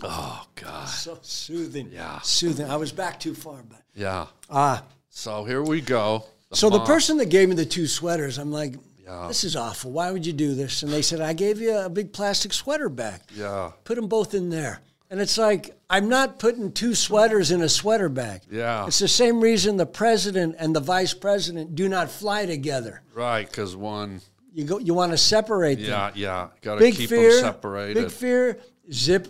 Oh God, So soothing. Yeah. Soothing. I was back too far, but yeah. ah. So here we go. so the moth. person that gave me the two sweaters, I'm like, Yeah. this is awful. Why would you do this? And they said, I gave you a big plastic sweater bag. Yeah, Put them both in there. And it's like, I'm not putting two sweaters in a sweater bag. Yeah. It's the same reason the president and the vice president do not fly together. right. Because one, You go you want to separate them. yeah, yeah. Got to Big keep fear. them separated. Big fear. Zip,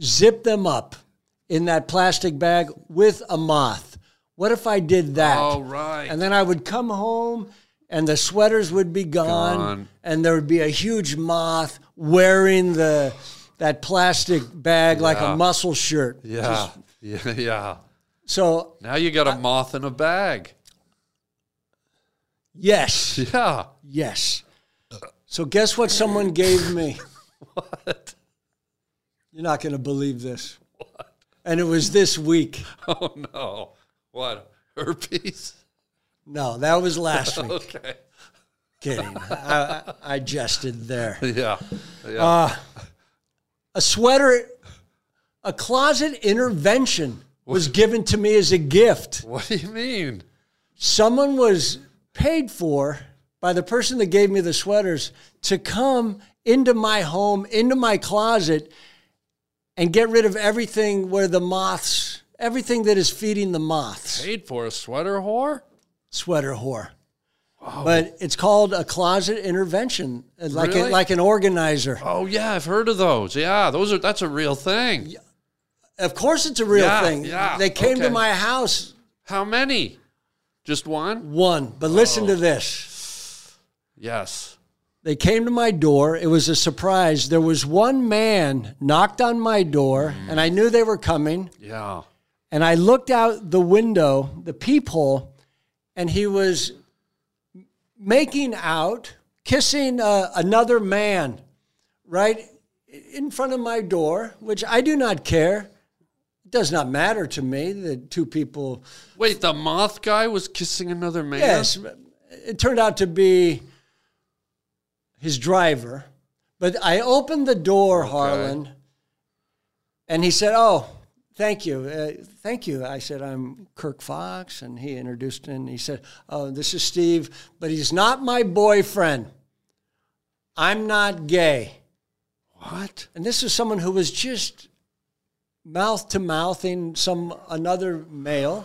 zip them up in that plastic bag with a moth. What if I did that? All right. And then I would come home, and the sweaters would be gone, Gone. and there would be a huge moth wearing the that plastic bag like a muscle shirt. yeah, [LAUGHS] yeah, yeah. So Now you got a moth in a bag. yes, [LAUGHS] Yeah. yes. So guess what? Someone gave me. What? You're not going to believe this. And it was this week. [LAUGHS] Oh no. What? Herpes? No, that was last week. [LAUGHS] Okay. Kidding. I, I I jested there. Yeah. A sweater, a closet intervention was given to me as a gift. What do you mean? Someone was paid for by the person that gave me the sweaters to come into my home, into my closet, and get rid of everything where the moths, everything that is feeding the moths. Paid for a sweater whore? Sweater whore. But it's called a closet intervention, uh, like a, Really? like an organizer. Oh yeah, I've heard of those. Yeah, those are that's a real thing. Of course, it's a real Yeah, thing. yeah, they came to okay. my house How many? Just one? one, but listen Oh. to this. Yes. They came to my door. It was a surprise. There was one man knocked on my door, and I knew they were coming. Yeah. And I looked out the window, the peephole, and he was making out, kissing uh, another man right in front of my door, which I do not care. It does not matter to me that two people Wait, the moth guy was kissing another man? Yes, it turned out to be his driver. But I opened the door, Harlan, and he said, "Oh, thank you, uh, thank you." I said, "I'm Kirk Fox," and he introduced and he said, "Oh, this is Steve, but he's not my boyfriend. I'm not gay." What? And this is someone who was just mouth to mouthing some another male.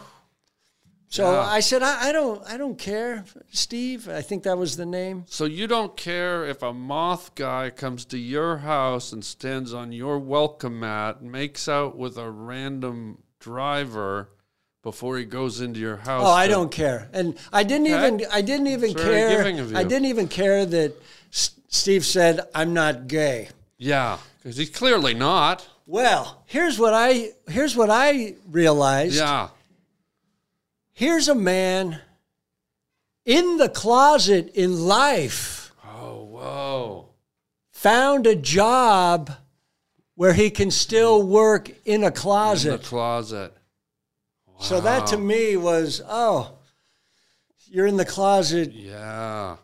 So Yeah. I said, I, I don't, I don't care, Steve. I think that was the name. So you don't care if a moth guy comes to your house and stands on your welcome mat, makes out with a random driver before he goes into your house. Oh, I to- don't care. And I didn't Okay. even, I didn't even It's very care. giving of I you. didn't even care that S- Steve said I'm not gay. Yeah, because he's clearly not. Well, here's what I, here's what I realized. Yeah. Here's a man in the closet in life. Oh, whoa. found a job where he can still work in a In the closet. closet. So that to me was, oh, you're in the closet Yeah.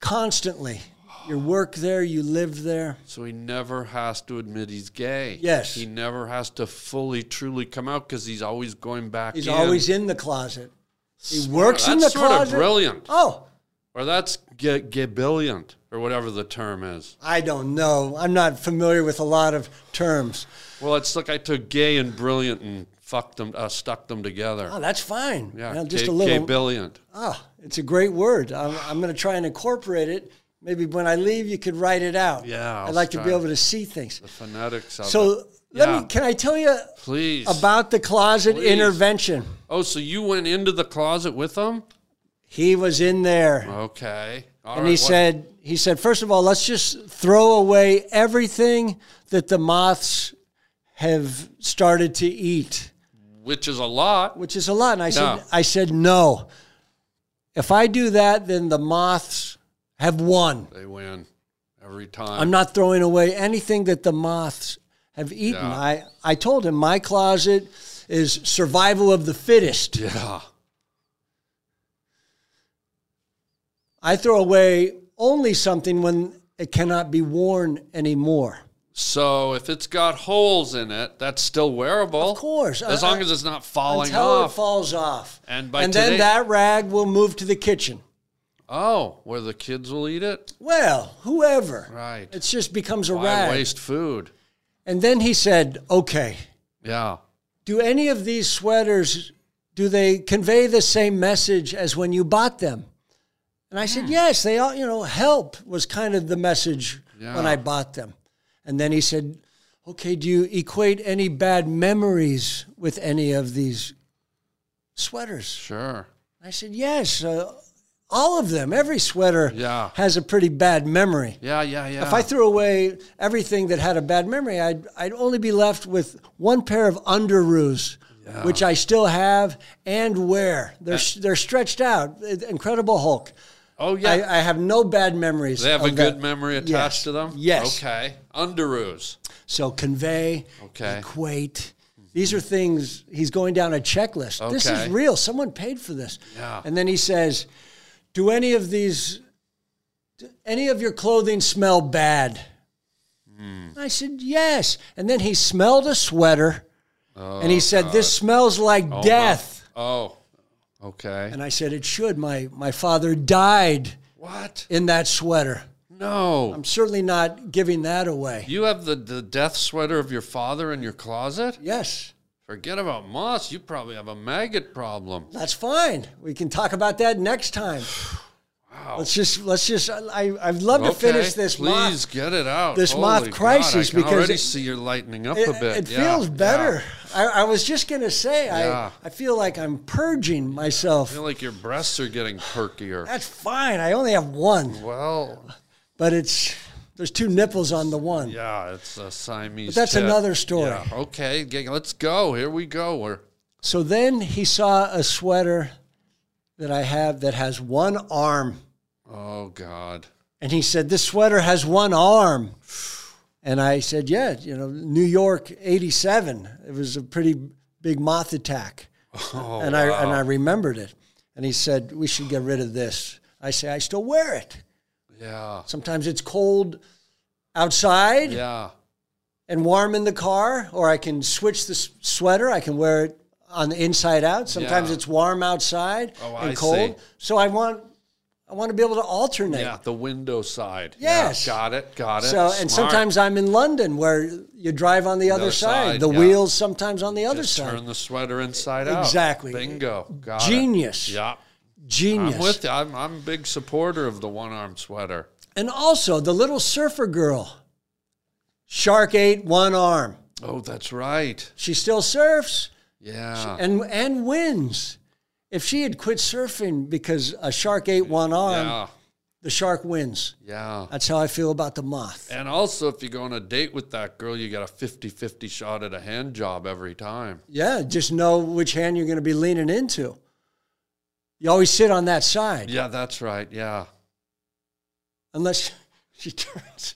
constantly. You work there, you live there. So he never has to admit he's gay. Yes. He never has to fully, truly come out because he's always going back He's in. always in the closet. He works that's in the sort closet. of brilliant. Oh, Or that's ge- gebilliant or whatever the term is. I don't know. I'm not familiar with a lot of terms. Well, it's like I took gay and brilliant and fucked them, uh, stuck them together. Oh, that's fine. yeah, Now, just ge- a little. Gebilliant. Ah, it's a great word. I'm, I'm going to try and incorporate it. Maybe when I leave, you could write it out. Yeah, i I'll would like to be try. able to see things. The phonetics of it. So let Yeah. me. Can I tell you Please. about the closet Please. intervention? oh, so you went into the closet with them? He was in there, Okay. All and right, he what- said, "He said, first of all, let's just throw away everything that the moths have started to eat, which is a lot. which is a lot." And I No. said, "I said no. If I do that, then the moths have won. They win every time. I'm not throwing away anything that the moths have eaten." Yeah. I I told him my closet is survival of the fittest. Yeah. I throw away only something when it cannot be worn anymore. So if it's got holes in it, that's still wearable. Of course. As I- long as it's not falling Until off. it falls off. And by then today- that rag will move to the kitchen. oh, where the kids will eat it? Well, whoever. Right. It just becomes a Why rag. waste food? And then he said, okay, Yeah. do any of these sweaters, do they convey the same message as when you bought them? And I said, yes, they all, you know, help was kind of the message when Yeah. I bought them. And then he said, okay, do you equate any bad memories with any of these sweaters? Sure. I said, yes, uh, all of them. Every sweater Yeah. has a pretty bad memory. Yeah, yeah, yeah. If I threw away everything that had a bad memory, I'd, I'd only be left with one pair of underoos, which I still have and wear. They're, they're stretched out. Incredible Hulk. oh, yeah. I, I have no bad memories. they have a of good that. memory attached Yes. to them? Yes. Okay. Underoos. So convey, Okay. equate. These are things he's going down a checklist. This is Okay. real. Someone paid for this. Yeah. And then he says, "Do any of these, do any of your clothing smell bad?" Hmm. I said, "Yes." And then he smelled a sweater, and he said, "This smells like death." Oh, okay. And I said, "It should. My my father died What? in that sweater. No. I'm certainly not giving that away. you have the, the death sweater of your father in your closet? Yes, Forget about moss. You probably have a maggot problem. that's fine. We can talk about that next [SIGHS] time. Let's just let's just. I I- I'd love to finish this. Please mock. get it out. this Holy moth God, crisis I can because already it- see you're lightening up It, a bit. it Yeah, feels yeah. better. I, I was just gonna say Yeah. I I feel like I'm purging myself. I feel like your breasts are getting perkier. That's fine. I only have one, Well, but it's there's two nipples on the one. yeah, it's a Siamese. But that's tit. another story. Yeah. Okay, g- let's go. Here we go. We're So then he saw a sweater that I have that has one arm. oh God. And he said, This sweater has one arm. And I said, Yeah, you know, New York 87. It was a pretty big moth attack. Oh, and, I, and I remembered it. And he said, We should get rid of this. I say, I still wear it. Yeah. Sometimes it's cold outside Yeah. and warm in the car, or I can switch the s- sweater. I can wear it on the inside out. Sometimes Yeah. it's warm outside Oh, and I cold. see. So I want, I want to be able to alternate. Yeah. The window side. Yes. Yeah, got it. Got it. So and Smart. sometimes I'm in London where you drive on the other other side. side, The yeah. wheels sometimes on the other Just side. turn the sweater inside out. Exactly. Bingo. Got Genius. It. Yeah. Genius. I'm with you. I'm, I'm a big supporter of the one arm sweater. And also the little surfer girl. Shark ate one arm. Oh, that's right. She still surfs Yeah. and and wins. If she had quit surfing because a shark ate one arm, yeah. the shark wins. Yeah. That's how I feel about the moth. And also, if you go on a date with that girl, you got a 50 50 shot at a hand job every time. Yeah, just know which hand you're going to be leaning into. You always sit on that side. Yeah, that's right. Yeah. unless she [LAUGHS] turns.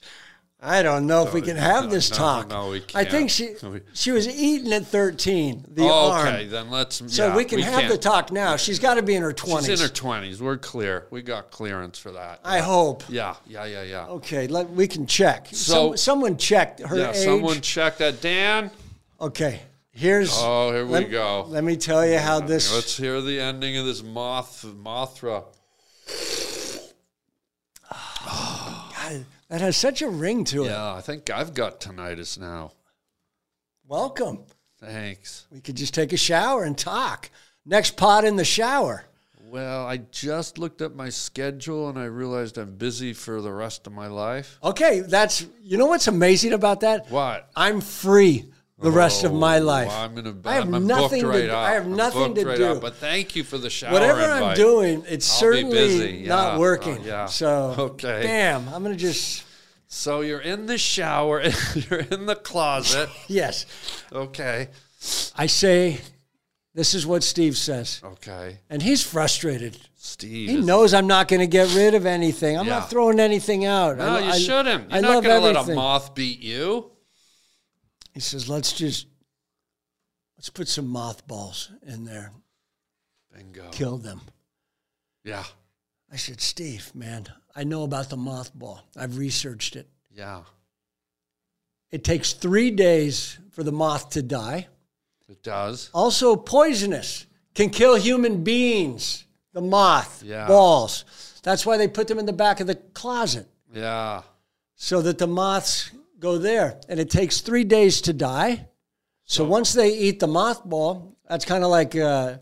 I don't know if we can have no, this no, talk. no, we I think can't. she We- she was eaten at thirteen. The oh, arm. okay. Then let's. So yeah, we can have the can't- talk now. She's got to be in her twenties. She's in her 20s. We're clear. We got clearance for that. I Oh, hope. Yeah. Yeah. Yeah. Yeah. Okay, let, we can check. So- Some, someone checked her yeah. age. Someone check that. Dan. okay, here's. Oh, here we let- go. Let me tell you how Here, this. Let's hear the ending of this moth Mothra. God, that has such a ring to it. Yeah, I think I've got tinnitus now. Welcome. Thanks. We could just take a shower and talk. Next pot in the shower. Well, I just looked at my schedule and I realized I'm busy for the rest of my life. Okay, that's. You know what's amazing about that? What? I'm free the rest of my Oh, life. I'm gonna. I have I'm- I'm nothing booked right to. up. I have I'm nothing booked to right do. up, but thank you for the shower. Whatever I'm invite. doing, it's I'll be certainly busy, not yeah, working. oh, yeah. So [LAUGHS] Okay. damn, I'm gonna just So you're in the shower. [LAUGHS] you're in the closet. yes. Okay. I say, this is what Steve says, Okay. and he's frustrated. Steve. He is- knows I'm not gonna get rid of anything. I'm Yeah. not throwing anything out. No, you shouldn't. You're I not love gonna let a everything. moth beat you. He says, let's just let's put some mothballs in there, Bingo. kill them. Yeah. I said, Steve, man, I know about the mothball. I've researched it. Yeah. It takes three days for the moth to die. It does. Also poisonous, can kill human beings. The moth Yeah. balls. That's why they put them in the back of the closet Yeah. so that the moths go there. And it takes three days to die. So once they eat the moth ball, that's kind of like uh,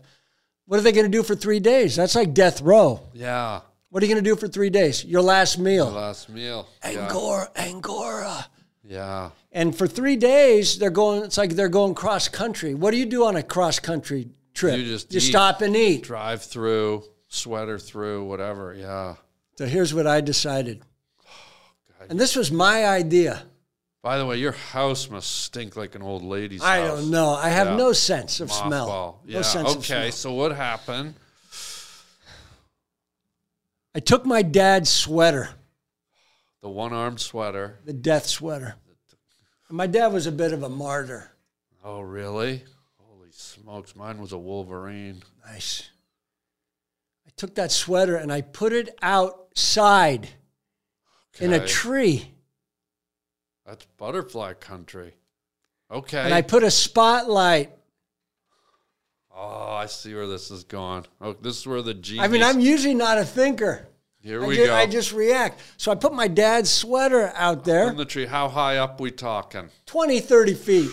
what are they going to do for three days? That's like death row. Yeah. What are you going to do for three days? Your last meal. Last meal. Yeah. Angora, Angora. Yeah. And for three days, they're going. It's like they're going cross country. What do you do on a cross country trip? You just eat. stop and eat. Drive through, sweater through, whatever. Yeah. So here's what I decided, Oh, and this was my idea. By the way, your house must stink like an old lady's I house. don't know. I have Yeah. no sense of Mothball. smell. Yeah. No sense of okay. smell. So what happened? I took my dad's sweater, The one-armed sweater. the death sweater. And my dad was a bit of a martyr. Oh, really? Holy smokes! Mine was a Wolverine. Nice. I took that sweater and I put it outside in a Okay. tree, That's butterfly country. Okay. and I put a spotlight oh, I see where this is going. Oh, this is where the genius. I mean, I'm usually not a thinker. Here I we ju- go. I just react. So I put my dad's sweater out there, In the tree. How high up we talking? 20, 30 feet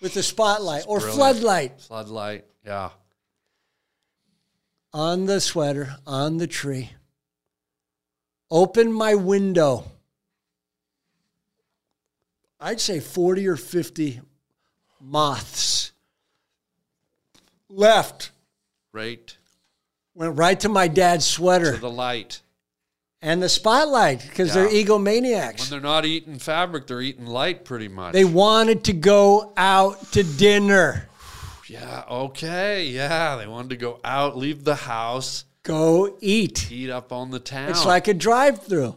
with the spotlight or brilliant. floodlight Floodlight. Yeah. on the sweater, on the tree. Open my window. I'd say 40 or 50 moths. Left, Right went right to my dad's to sweater the light. and the spotlight because they're Yeah. egomaniacs. When they're not eating fabric, they're eating light pretty much. They wanted to go out to dinner. yeah. Okay. Yeah. They wanted to go out, leave the house, Go eat. eat up on the town. It's like a drive through.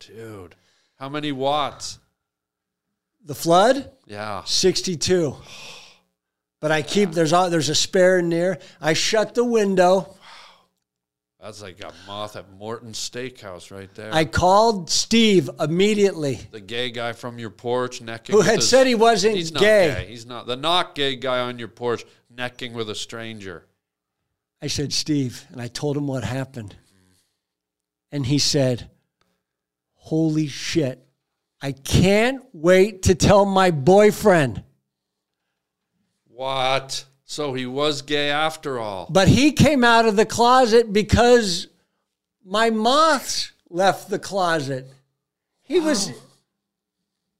dude, how many watts? The flood, Yeah. 62. But I keep, there's, a, there's a spare in there. I shut the window. That's like a moth at Morton's Steakhouse right there. I called Steve immediately, the gay guy from your porch necking. who with had his- said he wasn't He's not gay. gay. He's not the not gay guy on your porch necking with a stranger. I said, Steve, and I told him what happened. And he said, Holy shit, I can't wait to tell my boyfriend. What? So he was gay after all. But he came out of the closet because my moths left the closet. He was,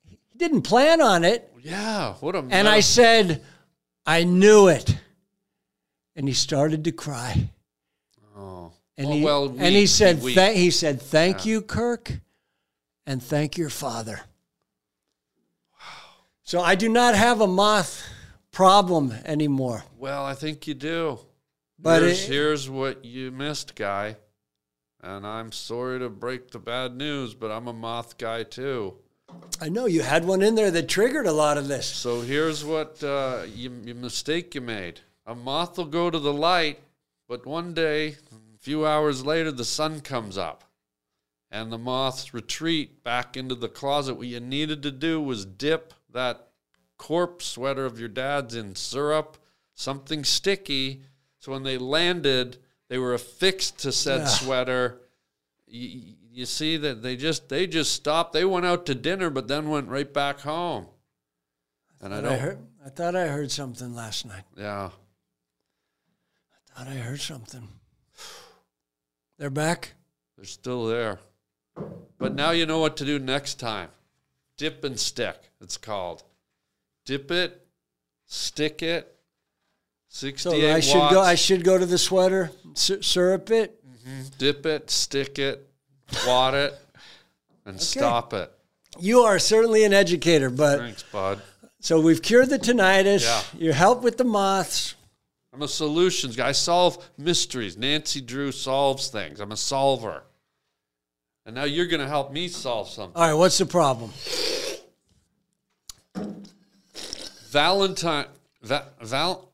he didn't plan on it. Yeah. What a And I mess. said, I knew it. And he started to cry. Oh. And, Oh, he, well, and he weak, said, weak. "Thank." he said, thank you, Kirk, and thank your father. So I do not have a moth problem anymore. Well, I think you do. But here's, it- here's what you missed, guy. And I'm sorry to break the bad news, but I'm a moth guy too. I know you had one in there that triggered a lot of this. So here's what uh, you, you mistake you made. A moth will go to the light, but one day, a few hours later, the sun comes up, and the moths retreat back into the closet. What you needed to do was dip that corpse sweater of your dad's in syrup, something sticky. So when they landed, they were affixed to said sweater. You, you see that they just they just stopped. They went out to dinner, but then went right back home. And I But I, don't. heard, I thought I heard something last night. Yeah. I thought I heard something. They're back. They're still there. But now you know what to do next time. Dip and stick, it's called. Dip it, stick it. 68 So I should go. watts. I should go to the sweater, sy- syrup it, Dip it, stick it, wad it, and stop it. You are certainly an educator, but Thanks, bud. so we've cured the tinnitus. Yeah. You help with the moths. I'm a solutions guy. I solve mysteries. Nancy Drew solves things. I'm a solver. And now you're going to help me solve something. All right, what's the problem? Valentine. Va- Val.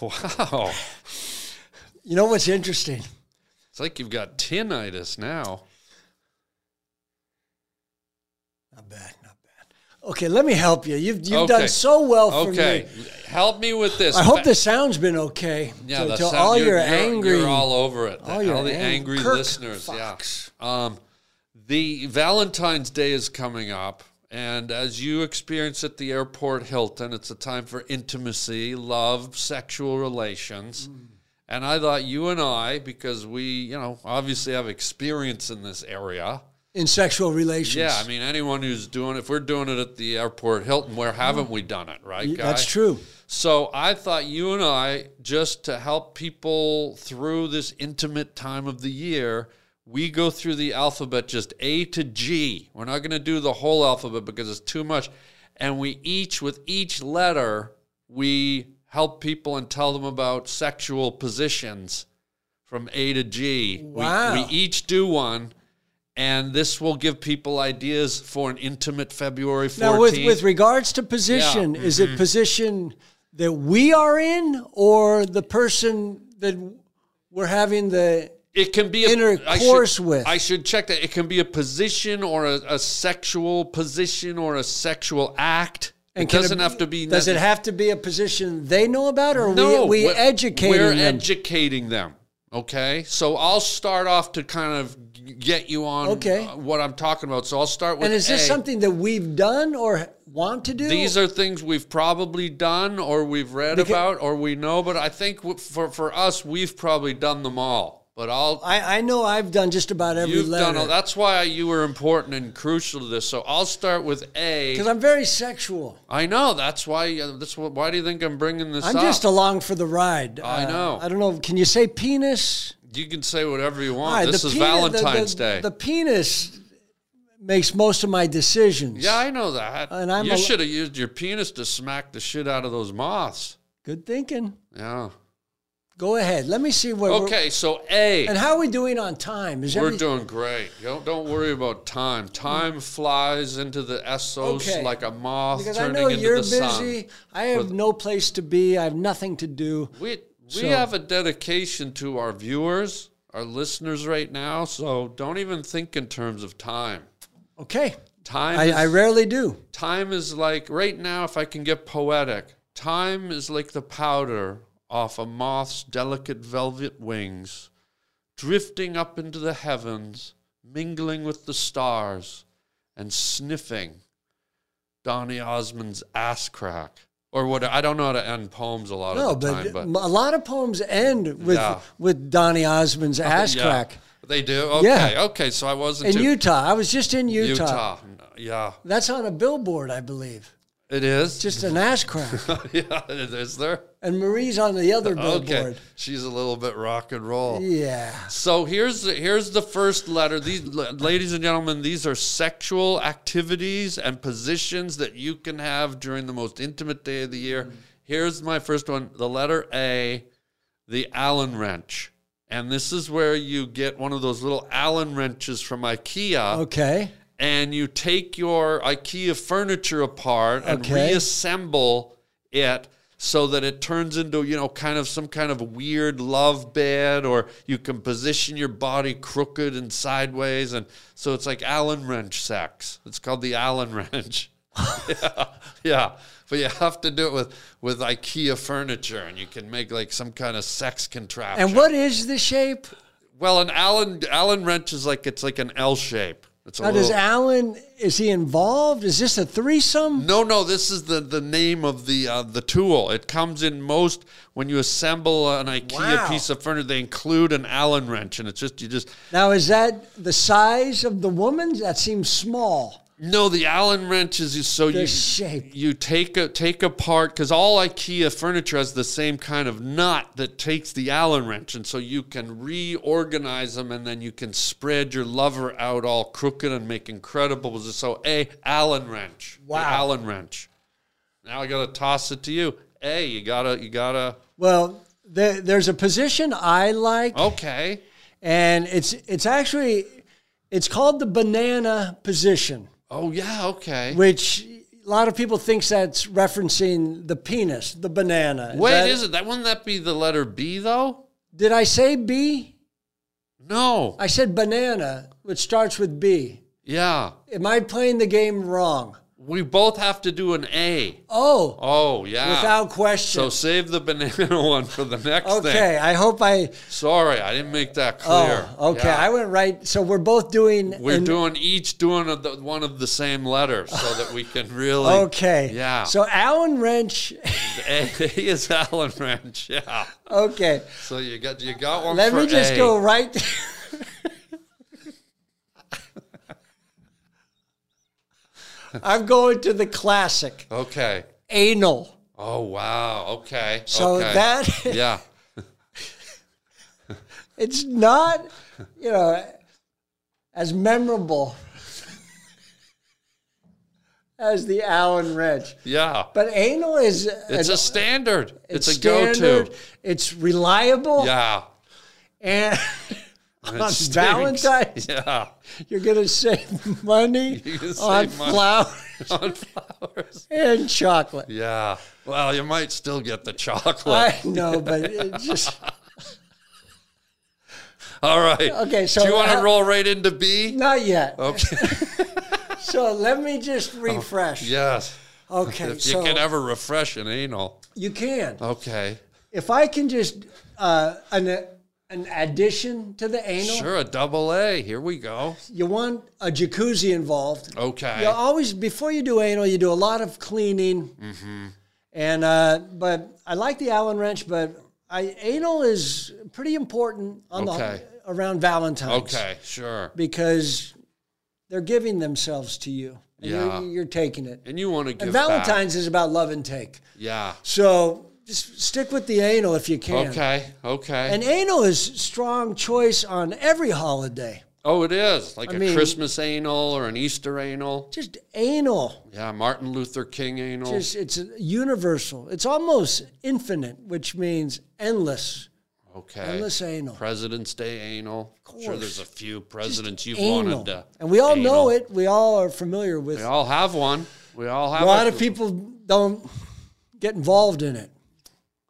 Wow. You know what's interesting? It's like you've got tinnitus now. Not bad, not bad. Okay, let me help you. You've you've Okay. done so well for Okay. me. Help me with this. I hope Ba- the sound's been okay. Yeah, to, the to sound- all you're- your you're- angry. You're all over it. all All, your the ang- angry Kirk listeners. Fox. Yeah. Um, the Valentine's Day is coming up, and as you experience at the airport Hilton, it's a time for intimacy, love, sexual relations. Mm. And I thought you and I, because we, you know, obviously have experience in this area. in sexual relations. Yeah, I mean, anyone who's doing, if we're doing it at the airport Hilton, where haven't we done it, right? guy? that's true. So I thought you and I, just to help people through this intimate time of the year, we go through the alphabet just A to G. We're not going to do the whole alphabet because it's too much. And we each, with each letter, we help people and tell them about sexual positions from A to G. We- Wow. we each do one. And this will give people ideas for an intimate February 14th. Now, with with regards to position, is Mm-hmm. it position that we are in, or the person that we're having the it can be a, intercourse I should, with. I should check that. It can be a position or a, a sexual position or a sexual act. it can doesn't have to be. Does it necess- have to be a position they know about, or No, we we we're- educating We're them? educating them. Okay, so I'll start off to kind of g- get you on Okay. uh, what I'm talking about. So I'll start with. And is this A. something that we've done or want to do? These are things we've probably done, or we've read Because- about, or we know. But I think w- for for us, we've probably done them all. But I'll I, I know I've done just about every you've letter. done all. That's why you were important and crucial to this. So I'll start with A. Because I'm very sexual. I know that's why. uh, That's wh- why do you think I'm bringing this I'm up? just along for the ride. Uh, I know. I don't know. Can you say penis? you can say whatever you All want. right, this the is peni- Valentine's the, the, Day. The penis makes most of my decisions. yeah, I know that. And I'm you a- should have used your penis to smack the shit out of those moths. Good thinking. Yeah. Go ahead. Let me see where. we're- Okay, so A. And how are we doing on time? Is We're every- doing great. Don't don't worry about time. Time flies into the Essos Hmm. Okay. like a moth because I turning know into you're the busy. sun. I have With- no place to be. I have nothing to do. We we So- have a dedication to our viewers, our listeners right now. So don't even think in terms of time. Okay. Time I, is, I rarely do. time is like right now. If I can get poetic, time is like the powder off a moth's delicate velvet wings, drifting up into the heavens, mingling with the stars, and sniffing Donny Osmond's ass crack. Or what I don't know how to end poems a lot No, of the but, time, but m- a lot of poems end with Yeah. Oh, with Donny Osmond's ass Yeah. crack. They do. Okay, Yeah. okay. So I wasn't In too- Utah, I was just in Utah. Utah. Yeah, That's on a billboard, I believe. it is. Just an ass crack. [LAUGHS] yeah, is there? and Marie's on the other Okay, billboard. she's a little bit rock and roll. Yeah. So here's the, here's the first letter. These la- ladies and gentlemen, these are sexual activities and positions that you can have during the most intimate day of the year. Here's my first one, the letter A, the Allen wrench. And this is where you get one of those little Allen wrenches from Oh, IKEA Okay. and you take your IKEA furniture apart and Okay. reassemble it so that it turns into, you know, kind of some kind of weird love bed, or you can position your body crooked and sideways. And so it's like Allen wrench sex. It's called the Allen wrench. [LAUGHS] yeah, yeah. But you have to do it with, with IKEA furniture and you can make like some kind of sex contraption. And what is the shape? Well, an Allen Allen wrench is like it's like an L shape. It's a Now, little, does Alan, is he involved? Is this a threesome? No, no, this is the, the name of the uh, the tool. It comes in most when you assemble an IKEA Wow. piece of furniture. They include an Allen wrench, and it's just you just Now, is that the size of the woman's? That seems small. no. The Allen wrench is so The you shape. you take a take apart because all IKEA furniture has the same kind of nut that takes the Allen wrench, and so you can reorganize them, and then you can spread your lover out all crooked and make incredible. poses. So a Allen wrench, The Wow. Allen wrench. Now I gotta toss it to you. A, you gotta you gotta. Well, there, there's a position I like, Oh. Okay. and it's it's actually it's called the banana position, Oh yeah. Okay. Wait, which a lot of people thinks that's referencing the penis, the banana. Is that- is it that? Wouldn't that be the letter B though? Did I say B? No. I said banana, which starts with B. yeah. Am I playing the game wrong? We both have to do an A. Oh, Oh yeah. without question. so save the banana [LAUGHS] one for the next thing. okay, I hope I. Sorry, I didn't make that clear. Oh, okay, Yeah. I went right. So we're both doing. We're an- doing each doing of the, one of the same letter so that we can really. [LAUGHS] Okay. Yeah. [LAUGHS] So Allen wrench. [LAUGHS] A is Allen Wrench. Yeah. Okay. So you got you got one. Let for me just A. go right. [LAUGHS] I'm going to the classic Okay. anal. Oh wow. Okay. So okay. that [LAUGHS] Yeah. it's not, you know, as memorable [LAUGHS] as the Allen wrench. [LAUGHS] Yeah. But anal is It's an- a standard. It's, a standard, go-to. It's reliable. Yeah. And [LAUGHS] It on stinks. Valentine's, [LAUGHS] Yeah. [LAUGHS] you're going to save [LAUGHS] money can save on money. flour On flowers. and chocolate. [LAUGHS] Yeah. Well, you might still get the chocolate. I know, but it just All right. Okay, so do you want to how- roll right into B? not yet. [LAUGHS] Okay. [LAUGHS] So let me just refresh. yes. Okay, If you so can ever Oh. refresh an anal. you can. Okay. If I can just uh, an an addition to the anal? Sure, a double A. Here we go. You want a jacuzzi involved. Okay. You always before you do anal, you do a lot of cleaning. Mm-hmm. And uh, but I like the Allen wrench, but I anal is pretty important on Okay. the around Valentine's. Okay, sure. Because they're giving themselves to you. And Yeah. You're, you're taking it. And you want to give And back. Valentine's is about love and take. Yeah. So just stick with the anal if you can. Okay. Okay. And anal is strong choice on every holiday. oh, it is like a mean- Christmas anal or an Easter anal. Just anal. Yeah, Martin Luther King anal. Just it's universal. It's almost infinite, which means endless. okay. Endless anal. President's Day anal. Of Sure, there's a course. few presidents you've anal. wanted to. and we all know anal. it. We all are familiar with. We all have one. We all have a lot a- of people don't get involved in it.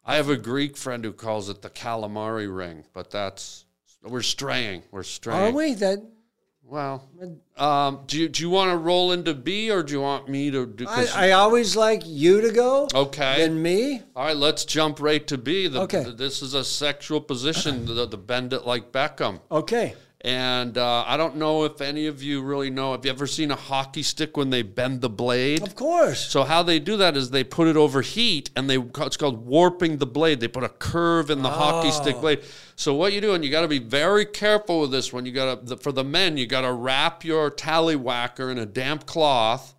I have a Greek friend who calls it the calamari ring, but that's we're straying. We're Are straying. we? That Well, um, do you do you want to roll into B or do you want me to? Do, 'cause- I, I always like you to go. Okay. Then me. all right, let's jump right to B. The, Okay. the- this is a sexual position, the, the bend it like Beckham. Okay. And uh, I don't know if any of you really know. Have you ever seen a hockey stick when they bend the blade? Of course. So how they do that is they put it over heat, and they it's called warping the blade. They put a curve in the hockey stick Oh. blade. So what you do, and you got to be very careful with this one. You got to for the men, you got to wrap your tallywhacker in a damp cloth,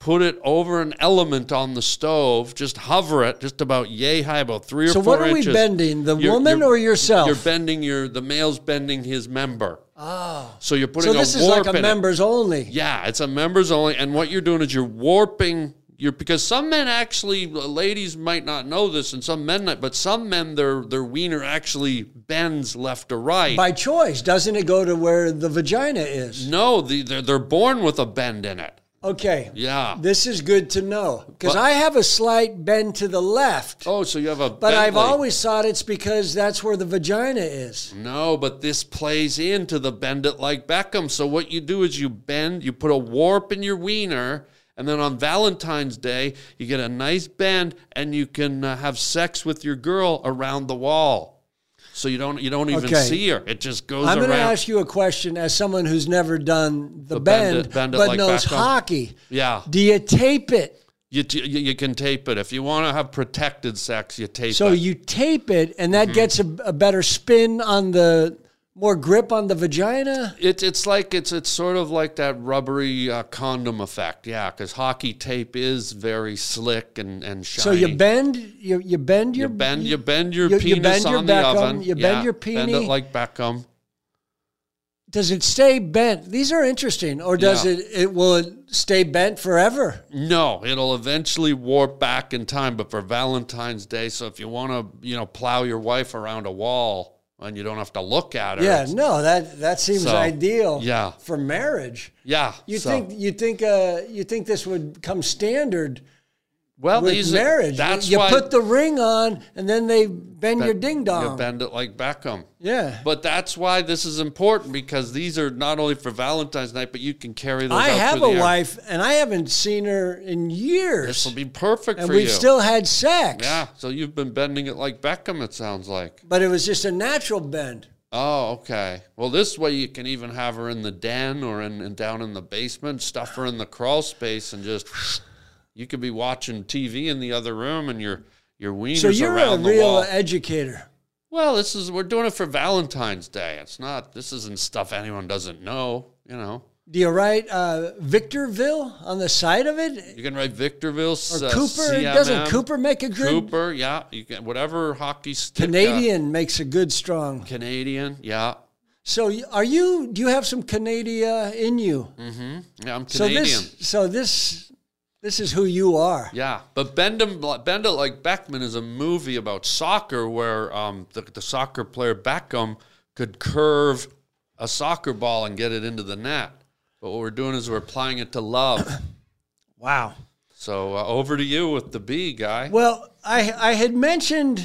put it over an element on the stove, just hover it, just about yay high, about three or So four what are we inches. bending? The You're- woman you're- or yourself? You're bending your the male's bending his member. Oh. So you're putting so this a is like warp a in it. members only. Yeah, it's a members only, and what you're doing is you're warping your because some men actually ladies might not know this, and some men not, but some men their their wiener actually bends left to right. By choice, doesn't it go to where the vagina is? no, the, they're they're born with a bend in it. Okay. Yeah. This is good to know because But- I have a slight bend to the left, oh, so you have a. but I've Bentley. always thought it's because that's where the vagina is. No, but this plays into the bend it like Beckham. So what you do is you bend, you put a warp in your wiener, and then on Valentine's Day you get a nice bend, and you can uh, have sex with your girl around the wall. So you don't you don't even Okay. see her. It just goes I'm around. going to ask you a question as someone who's never done the, The bend bend, it- bend it but like knows Beckham. hockey. yeah, Do you tape it? you, t- you you can tape it if you want to have protected sex. You tape So it. you tape it, and Mm-hmm. that gets a, a better spin on the more grip on the vagina. It's it's like it's it's sort of like that rubbery uh, condom effect, yeah. Because hockey tape is very slick and and shiny. So you bend, you you bend your you bend you bend your you- you penis bend your on the Beckham, oven. you bend Yeah, your Bend it peenie. like Beckham. does it stay bent? These are interesting. Or does Yeah. it it will it stay bent forever? No, it'll eventually warp back in time, but for Valentine's Day, so if you want to, you know, plow your wife around a wall and you don't have to look at her. Yeah, it's- no, that that seems So, ideal. yeah. for marriage. yeah. You so- think you think uh, you think this would come standard well, with these marriage? That's you why put the ring on, and then they bend your ding you dong. bend it like Beckham. Yeah, But that's why this is important because these are not only for Valentine's night, but you can carry those. I out have through the a year. wife, and I haven't seen her in years. This will be perfect and for we've you. still had sex. yeah. So you've been bending it like Beckham. It sounds like. But it was just a natural bend. Oh, okay. Well, this way you can even have her in the den or in and down in the basement, stuff her in the crawl space, and just you could be watching TV in the other room, and your your wiener's So you're a around the real wall. educator. Well, this is we're doing it for Valentine's Day. It's not. This isn't stuff anyone doesn't know. You know. Do you write uh, Victorville on the side of it? You can write Victorville, Or uh, Cooper? CMM, Doesn't Cooper make a good Cooper, yeah, you can whatever hockey stick. uh, Canadian makes a good strong. Canadian, yeah, So y- are you? Do you have some Canadia in you? yeah, I'm So Canadian. this, so this, this is who you are. yeah, but Bend 'em Bl- Bend It Like Beckman is a movie about soccer where um, the, the soccer player Beckham could curve a soccer ball and get it into the net. But what we're doing is we're applying it [COUGHS] to love. Wow. so uh, over to you with the B guy. Well, I I had mentioned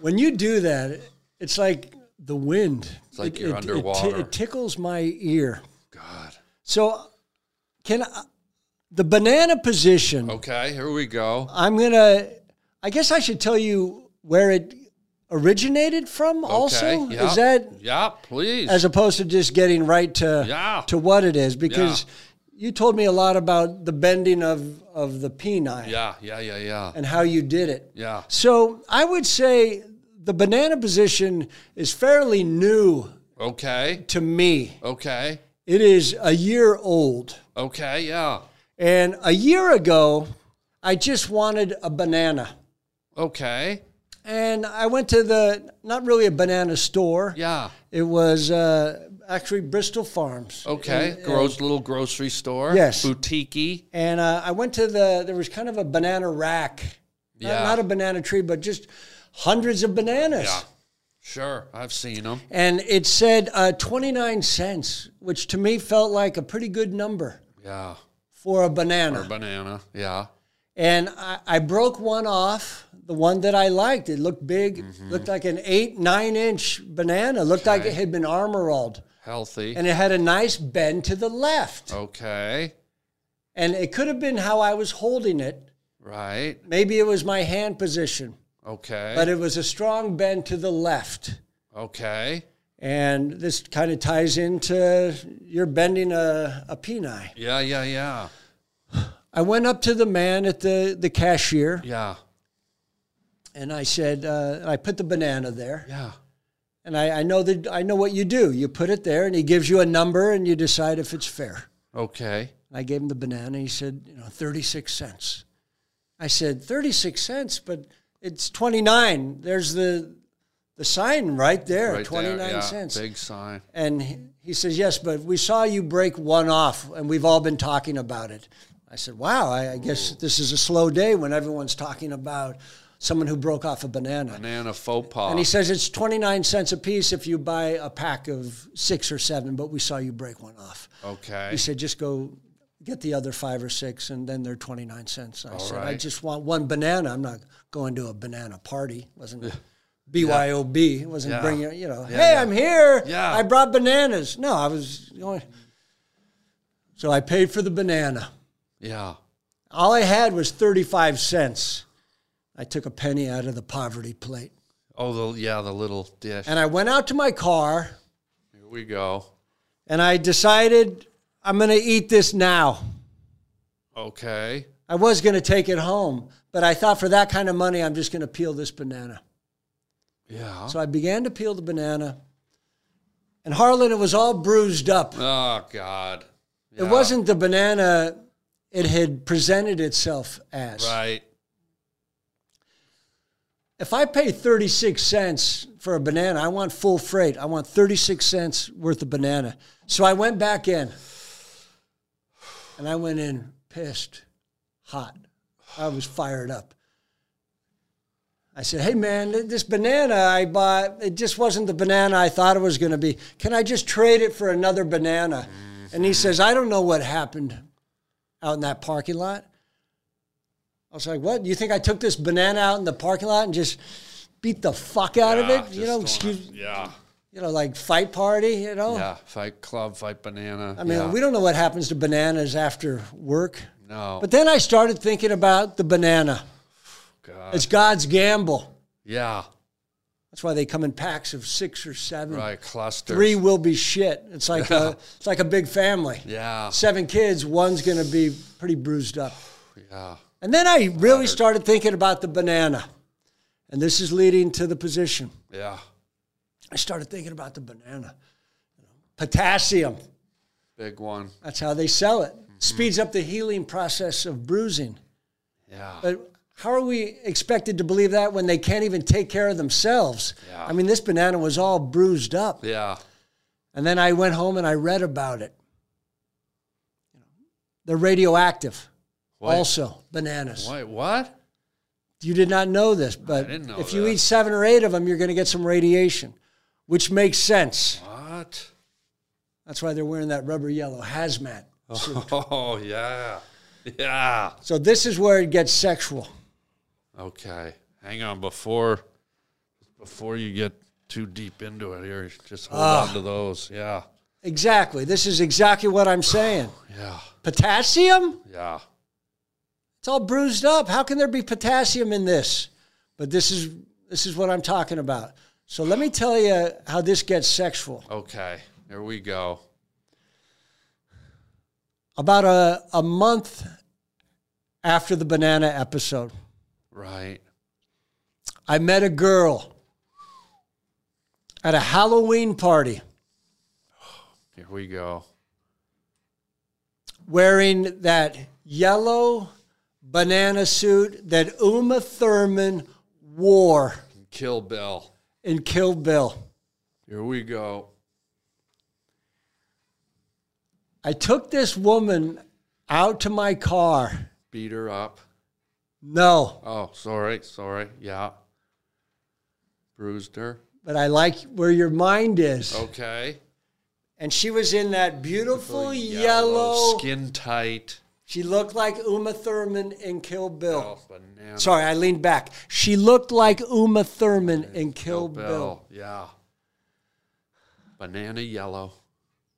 when you do that, it's like the wind. It's like you're it, It, underwater. it tickles my ear. God. So, can I, the Oh. banana position? Okay, here we go. I'm gonna. I guess I should tell you where it originated from also? yeah. Is that Yeah, please. as opposed to just getting right to Yeah. to what it is? Because you told me a lot about the bending of, of the penile yeah, yeah, yeah, yeah. and how you did it. Yeah. So I would say the banana position is fairly new Okay. to me. Okay. It is a year old. Okay, yeah. And a year ago, I just wanted a banana. Okay. And I went to the, not really a banana store. Yeah. It was uh, actually Bristol Farms. Okay. And, uh, Gross little grocery store. Yes. Boutique. and uh, I went to the, there was kind of a banana rack. Not- Yeah. Not, a banana tree, but just hundreds of bananas. Yeah. Sure. I've seen them. And it said uh, 29 cents, which to me felt like a pretty good number Yeah. for a banana. Or banana. Yeah. and I, I broke one off the one that i liked it looked big looked like an eight nine inch banana looked like it had been armoralled Healthy. and it had a nice bend to the left Oh. okay. and it could have been how i was holding it Right. maybe it was my hand position Okay. but it was a strong bend to the left okay. and this kind of ties into you're bending a, a peni Yeah, yeah, yeah. i went up to the man at the, the cashier Yeah. and i said uh, i put the banana there Yeah. And I, I know that I know what you do. You put it there, and he gives you a number, and you decide if it's fair. Okay. I gave him the banana. He said, you know, thirty-six cents. I said, thirty-six cents, but it's twenty-nine. There's the the sign right there, Right twenty-nine there. Yeah. cents. Big sign. And he, he says, yes, but we saw you break one off, and we've all been talking about it. I said, wow, I, I guess this is a slow day when everyone's talking about someone who broke off a banana. Banana faux pas. And he says it's 29 cents a piece if you buy a pack of six or seven, but we saw you break one off. okay. He said, just go get the other five or six, and then they're 29 cents. I said, I right. just want one banana. I'm not going to a banana party. Wasn't BYOB. It wasn't Yeah. bringing, you know, hey, I'm here. Yeah. I brought bananas. No, I was going. So I paid for the banana. yeah. All I had was 35 cents. I took a penny out of the poverty plate. Oh, the yeah, the little dish. And I went out to my car Here we go. and I decided I'm going to eat this now. Okay. I was going to take it home, but I thought for that kind of money, I'm just going to peel this banana. Yeah. So I began to peel the banana. And Harlan, it was all bruised up. Oh God. It wasn't the banana it had presented itself as. Right. If I pay 36 cents for a banana, I want full freight. I want 36 cents worth of banana. So I went back in and I went in pissed, hot. I was fired up. I said, Hey man, th- this banana I bought, it just wasn't the banana I thought it was going to be. Can I just trade it for another banana? And he says, I don't know what happened out in that parking lot. I was like, "What? You think I took this banana out in the parking lot and just beat the fuck out Yeah, of it? Ah, just You know, wanna- excuse, Yeah. you know, like fight party. You know, Yeah. Fight club. Fight banana. I mean, yeah. we don't know what happens to bananas after work. No. But then I started thinking about the banana. God. It's God's gamble. Yeah. That's why they come in packs of six or seven. Right. Clusters. Three will be shit. It's like a, it's like a big family. Yeah. Seven kids, one's gonna be pretty bruised up. Yeah. And then I really started thinking about the banana. And this is leading to the position. Yeah. I started thinking about the banana. Potassium, Big one. that's how they sell it. Mm-hmm. Speeds up the healing process of bruising. Yeah. But how are we expected to believe that when they can't even take care of themselves? Yeah. I mean, this banana was all bruised up. yeah. And then I went home and I read about it. They're radioactive, What? also bananas. Wait. What? You did not know this, but didn't know if you that. eat seven or eight of them, you're going to get some radiation, which makes sense. What? That's why they're wearing that rubber yellow hazmat. [LAUGHS] Oh yeah. Yeah. So this is where it gets sexual. Okay. Hang on before before you get too deep into it here. Just hold on to those. Yeah. Exactly. This is exactly what I'm [SIGHS] saying. Yeah. Potassium? Yeah. It's all bruised up. How can there be potassium in this? But this is This is what I'm talking about. So let me tell you how this gets sexual. Okay, here we go. About a, a month after the banana episode, Right. I met a girl at a Halloween party Here we go. wearing that yellow banana suit that Uma Thurman wore Kill Bill. in Kill Bill. Here we go. I took this woman out to my car. Beat her up. No, Oh, sorry, sorry. Yeah. Bruised her. but I like where your mind is. Okay. And she was in that beautiful yellow. Skin tight. She looked like Uma Thurman in Kill Bill. Oh, banana. Sorry, I leaned back. She looked like Uma Thurman in Kill, Bill. Yeah. Banana yellow.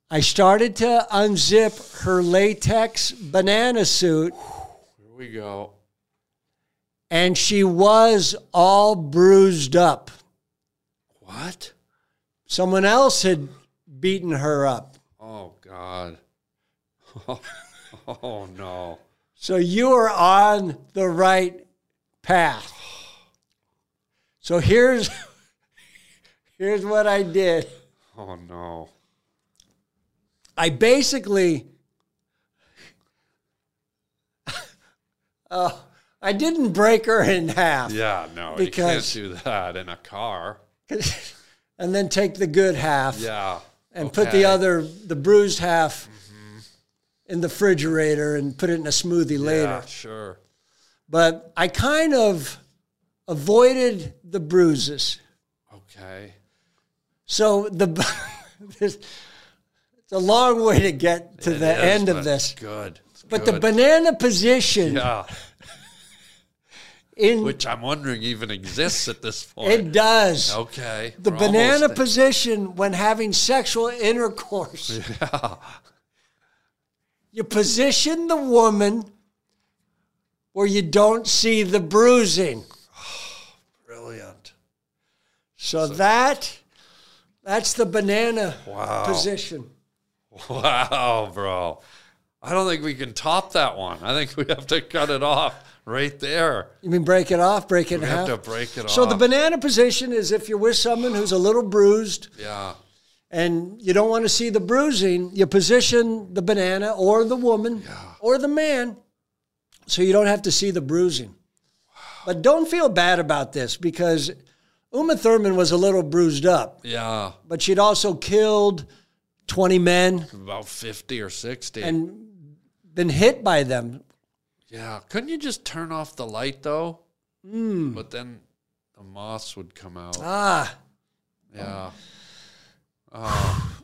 I started to unzip her latex banana suit, Here we go. and she was all bruised up. What? Someone else had beaten her up. Oh God. [LAUGHS] oh no. So you are on the right path. So here's [LAUGHS] here's what I did. Oh no. I basically [LAUGHS] uh, I didn't break her in half Yeah, no. Because- you can't do that in a car. [LAUGHS] and then take the good half Yeah. and put the okay. Mm-hmm. other the bruised half in the refrigerator and put it in a smoothie later. Yeah, sure. But I kind of avoided the bruises. Okay. So the [LAUGHS] this, it's a long way to get to the It is, end but of this. it's Good. It's But the good. banana position Yeah. in Which I'm wondering even exists at this point. it does. okay. The we're almost banana there. position when having sexual intercourse. [LAUGHS] You position the woman where you don't see the bruising. [SIGHS] Brilliant. So, that that's the banana position. [LAUGHS] Wow, bro. I don't think we can top that one. I think we have to cut it off right there. You mean break it off, break it in We half? have to break it So off. the banana position is if you're with someone who's a little bruised yeah. and you don't want to see the bruising, you position the banana or the woman or the man so you don't have to see the bruising. But don't feel bad about this because Uma Thurman was a little bruised up, Yeah. but she'd also killed 20 men About 50 or 60. and been hit by them. yeah. Couldn't you just turn off the light though? Hmm. But then the moths would come out. Ah, yeah.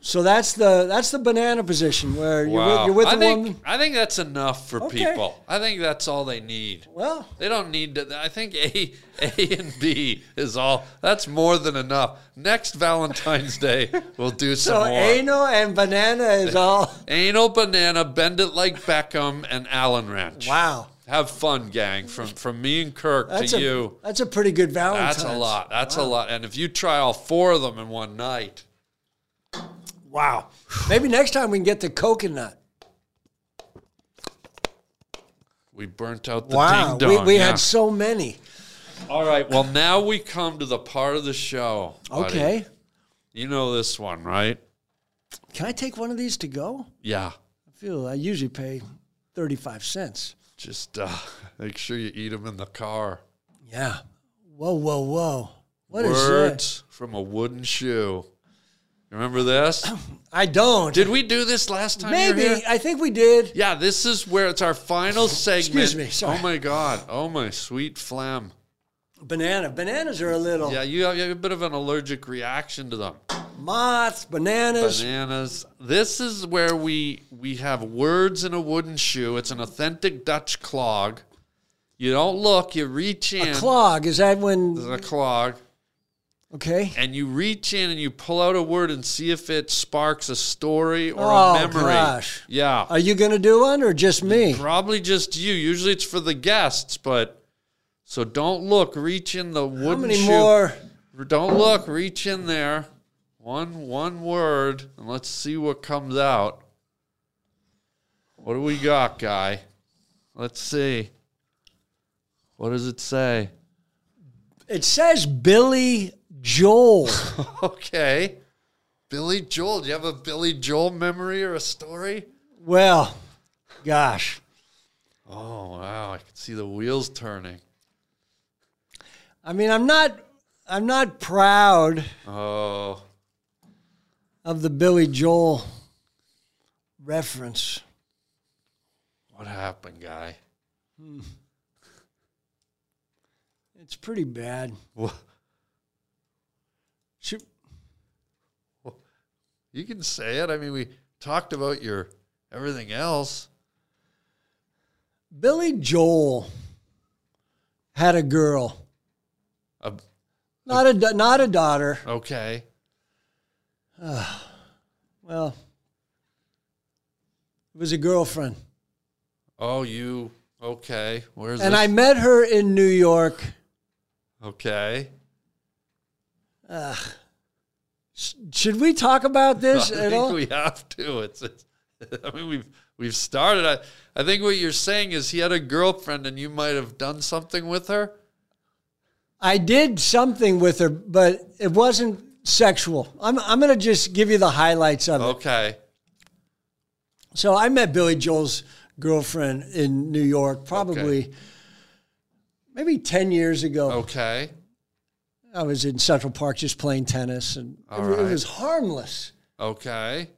so that's the that's the banana position where you're with, Wow. you're with I a think woman. I think that's enough for Okay. people. I think that's all they need. Well, They don't need to. I think A, A and B is all. That's more than enough. Next Valentine's Day, we'll [LAUGHS] do So some more. anal and banana is [LAUGHS] all. Anal banana, bend it like Beckham, and Allen Ranch. Wow. Have fun, gang. From from me and Kirk That's to a, you. That's a pretty good Valentine's. That's a lot. That's a lot. And if you try all four of them in one night, Wow. Maybe next time we can get the coconut. we burnt out the wow. ding we dong. we yeah. had so many. all right. Well, now we come to the part of the show. buddy. Okay. You know this one, right? Can I take one of these to go? Yeah. I feel I usually pay 35 cents. Just uh, [LAUGHS] make sure you eat them in the car. Yeah. Whoa, whoa, whoa. What is that? Words from a wooden shoe. [COUGHS] Remember this? I don't. Did we do this last time? you were here? Maybe. I think we did. Yeah, this is where it's our final segment. Excuse me, sorry. Oh my god. Oh my sweet phlegm. Banana. Bananas are a little. Yeah, you have, you have a bit of an allergic reaction to them. Moths, bananas. Bananas. This is where we we have words in a wooden shoe. It's an authentic Dutch clog. You don't look. You reach in. Clog. Is that It's when. a clog. Okay. and you reach in and you pull out a word and see if it sparks a story or Oh, a memory. gosh. Yeah. Are you going to do one or just me? Probably just you. Usually it's for the guests, but So don't look. Reach in the wooden How many shoe. more? Don't look. Reach in there. One one word, and let's see what comes out. What do we got, guy? Let's see. What does it say? [LAUGHS] It says Billy [SIGHS] Joel. Okay. Billy Joel. Do you have a Billy Joel memory or a story? well, gosh. Oh, wow. I can see the wheels turning. I mean, I'm not I'm not proud Oh, of the Billy Joel reference. what happened, guy? It's pretty bad. Wha- Should, You can say it. I mean, we talked about your everything else. Billy Joel had a girl, Uh, not a da- not a daughter. okay. Well, it was a girlfriend, Oh, you. Okay. Where's and this? I met her in New York. Okay. Should we talk about [LAUGHS] I this at think all? we have to. It's, it's. I mean, we've we've started. I I think what you're saying is he had a girlfriend, and you might have done something with her. I did something with her, but it wasn't sexual. I'm I'm gonna just give you the highlights of it. Okay. So I met Billy Joel's girlfriend in New York, probably maybe ten years ago. Oh. Okay. I was in Central Park just playing tennis, and it, All it was harmless, Okay.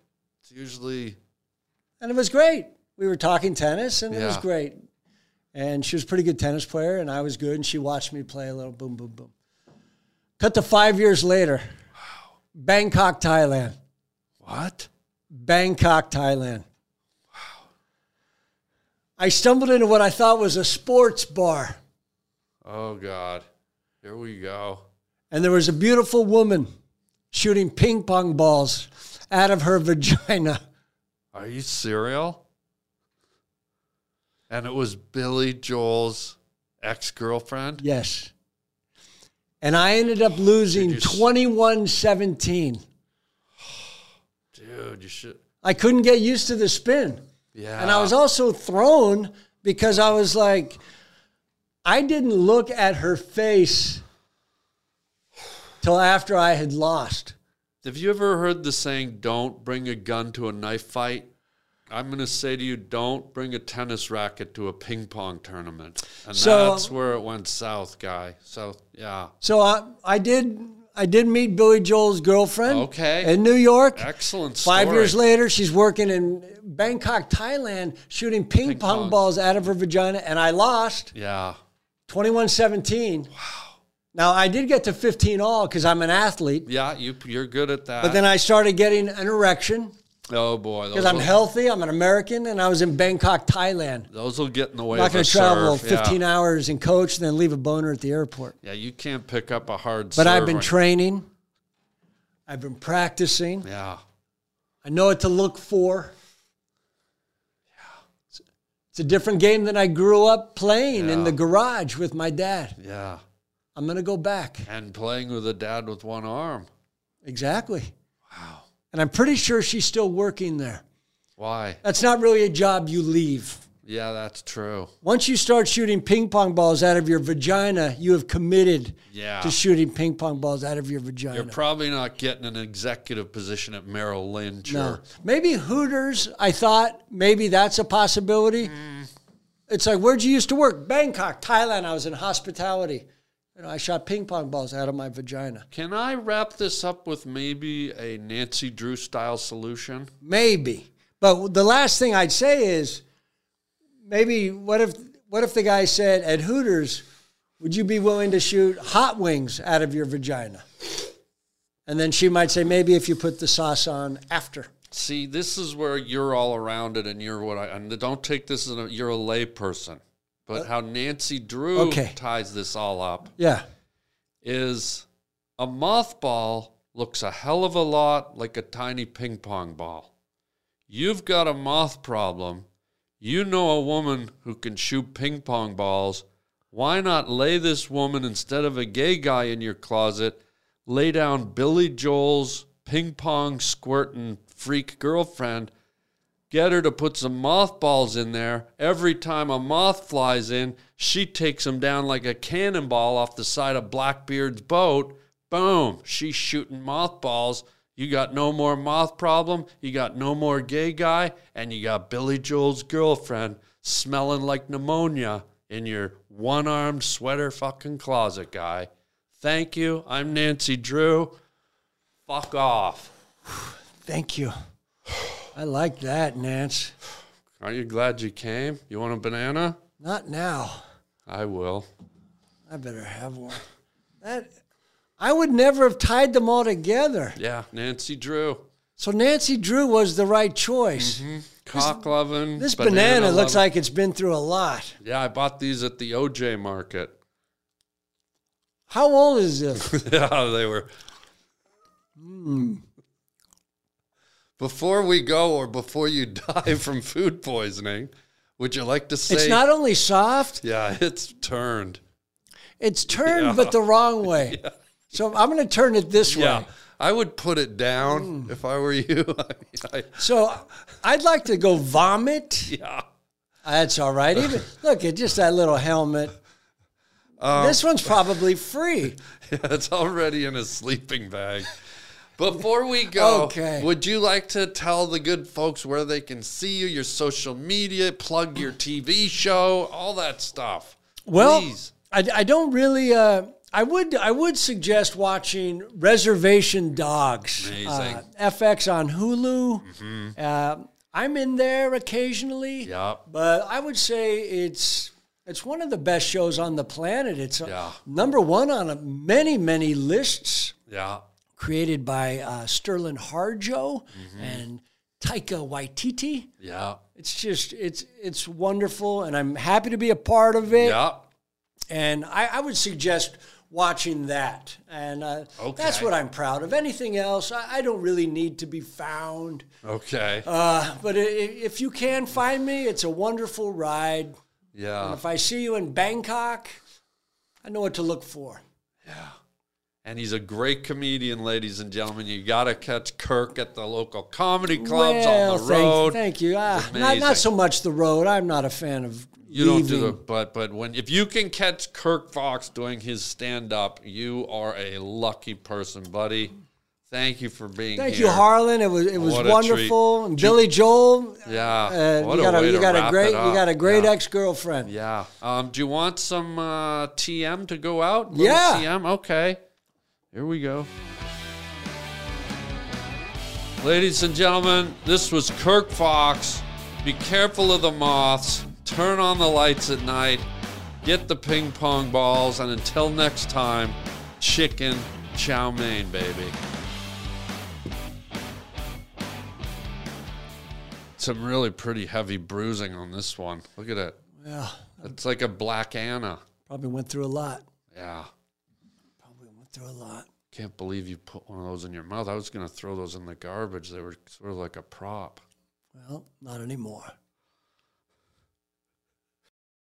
It's usually and it was great. We were talking tennis, and it was Yeah. great. And she was a pretty good tennis player, and I was good, and she watched me play a little. Boom, boom, boom. Cut to five years later, Bangkok, Thailand. what? Bangkok, Thailand. Wow. I stumbled into what I thought was a sports bar, Oh God. Here we go. and there was a beautiful woman shooting ping pong balls out of her [LAUGHS] vagina. Are you serial? And it was Billy Joel's ex girlfriend. Yes. And I ended up losing Did you s- 21 17. Dude, you should. I couldn't get used to the spin. Yeah. And I was also thrown because I was like, I didn't look at her face till after I had lost. Have you ever heard the saying, don't bring a gun to a knife fight? I'm going to say to you, don't bring a tennis racket to a ping pong tournament. And So- that's where it went south, guy. South, yeah. So I, I did I did meet Billy Joel's girlfriend Okay. in New York. Excellent story. Five years later, she's working in Bangkok, Thailand, shooting ping, pong, pong. balls out of her vagina, and I lost Yeah. 21 17. Wow. Now, I did get to 15 all because I'm an athlete, Yeah, you, you're good at that. but then I started getting an erection oh, boy. Those because I'm will- healthy, I'm an American, and I was in Bangkok, Thailand. Those will get in the way not of a going to travel serve. Yeah. 15 hours and coach and then leave a boner at the airport. Yeah, you can't pick up a hard But I've been serve. training, I've been practicing, Yeah. I know what to look for. Yeah. It's a different game than I grew up playing in the garage with my dad. Yeah. I'm going to go back. And playing with a dad with one arm. Exactly. Wow. And I'm pretty sure she's still working there. Why? That's not really a job you leave. Yeah, that's true. Once you start shooting ping pong balls out of your vagina, you have committed Yeah. to shooting ping pong balls out of your You're vagina. probably not getting an executive position at Merrill Lynch. no. Or, Maybe Hooters, I thought maybe that's a possibility. It's like, where'd you used to work? Bangkok, Thailand. I was in hospitality. You know, I shot ping pong balls out of my vagina. can I wrap this up with maybe a Nancy Drew style solution? Maybe. But the last thing I'd say is maybe what if what if the guy said at Hooters, would you be willing to shoot hot wings out of your vagina? And then she might say, maybe if you put the sauce on after. See, this is where you're all around it, and you're what I. And don't take this as a, you're a lay person, but how Nancy Drew Uh, Okay. ties this all up Yeah. is a mothball looks a hell of a lot like a tiny ping pong ball. You've got a moth problem. You know a woman who can shoot ping pong balls Why not lay this woman instead of a gay guy in your closet? Lay down Billy Joel's ping pong squirting freak girlfriend. Get her to put some mothballs in there. Every time a moth flies in, she takes them down like a cannonball off the side of Blackbeard's boat. Boom, she's shooting mothballs. You got no more moth problem. You got no more gay guy. And you got Billy Joel's girlfriend smelling like pneumonia in your one armed sweater fucking closet, guy. Thank you. I'm Nancy Drew. Fuck off. Thank you. I like that, Nance. Aren't you glad you came? You want a banana? Not now. I will. I better have one. That I would never have tied them all together. Yeah, Nancy Drew. So Nancy Drew was the right choice. Mm-hmm. Cock loving. This banana, looks like it's been through a lot. Yeah, I bought these at the OJ market. [LAUGHS] How old is this? yeah, they were. Mmm. Before we go, or before you [LAUGHS] die from food poisoning, would you like to say? it's not only soft, yeah, it's turned. it's turned but the [LAUGHS] wrong way. So I'm going to turn it this Yeah, way. I would put it down Mmm. if I were you. [LAUGHS] I- So I'd like to go vomit. yeah. That's all right. [LAUGHS] Even look at just that little helmet. Um, this one's probably free. Yeah, [LAUGHS] it's already in a sleeping bag. Before we go, Okay. would you like to tell the good folks where they can see you, your social media, plug your TV show, all that stuff? Well, Please. I, I don't really. Uh, I would I would suggest watching Reservation Dogs. Uh, FX on Hulu. Mm-hmm. Uh, I'm in there occasionally. Yep. But I would say it's it's one of the best shows on the planet. It's uh, Yeah. number one on uh, many many lists. Yeah. created by uh, Sterling Harjo Mm-hmm. and Taika Waititi. Yeah. It's just it's it's wonderful, and I'm happy to be a part of it. Yeah. And I, I would suggest watching that, and uh, that's Okay. what I'm proud of. Anything else, I, I don't really need to be found. Okay. Uh, but i- i- if you can find me, it's a wonderful ride. yeah. If I see you in Bangkok, I know what to look for. And he's a great comedian, ladies and gentlemen. You got to catch Kirk at the local comedy clubs well, on the thank- road. Thank, you. Ah, not, amazing. not so much the road. I'm not a fan of You leaving. don't do the but but when if you can catch Kirk Fox doing his stand up, you are a lucky person, buddy. Thank you for being Thank here. you, Harlan. It was it was What a wonderful. And Billy Joel. Yeah. Uh, what you a got way a, you to got wrap a it great you up. got a great yeah. ex girlfriend. Yeah. Um, do you want some uh, TM to go out? Little Yeah. TM. Okay. Here we go. Ladies and gentlemen, this was Kirk Fox. Be careful of the moths. Turn on the lights at night. Get the ping pong balls. And until next time, chicken chow mein, baby. Some really pretty heavy bruising on this one. Look at it. Yeah, It's like a black Anna. probably went through a lot. Yeah. Probably went through a lot. Can't believe you put one of those in your mouth. I was going to throw those in the garbage. They were sort of like a prop. Well, not anymore.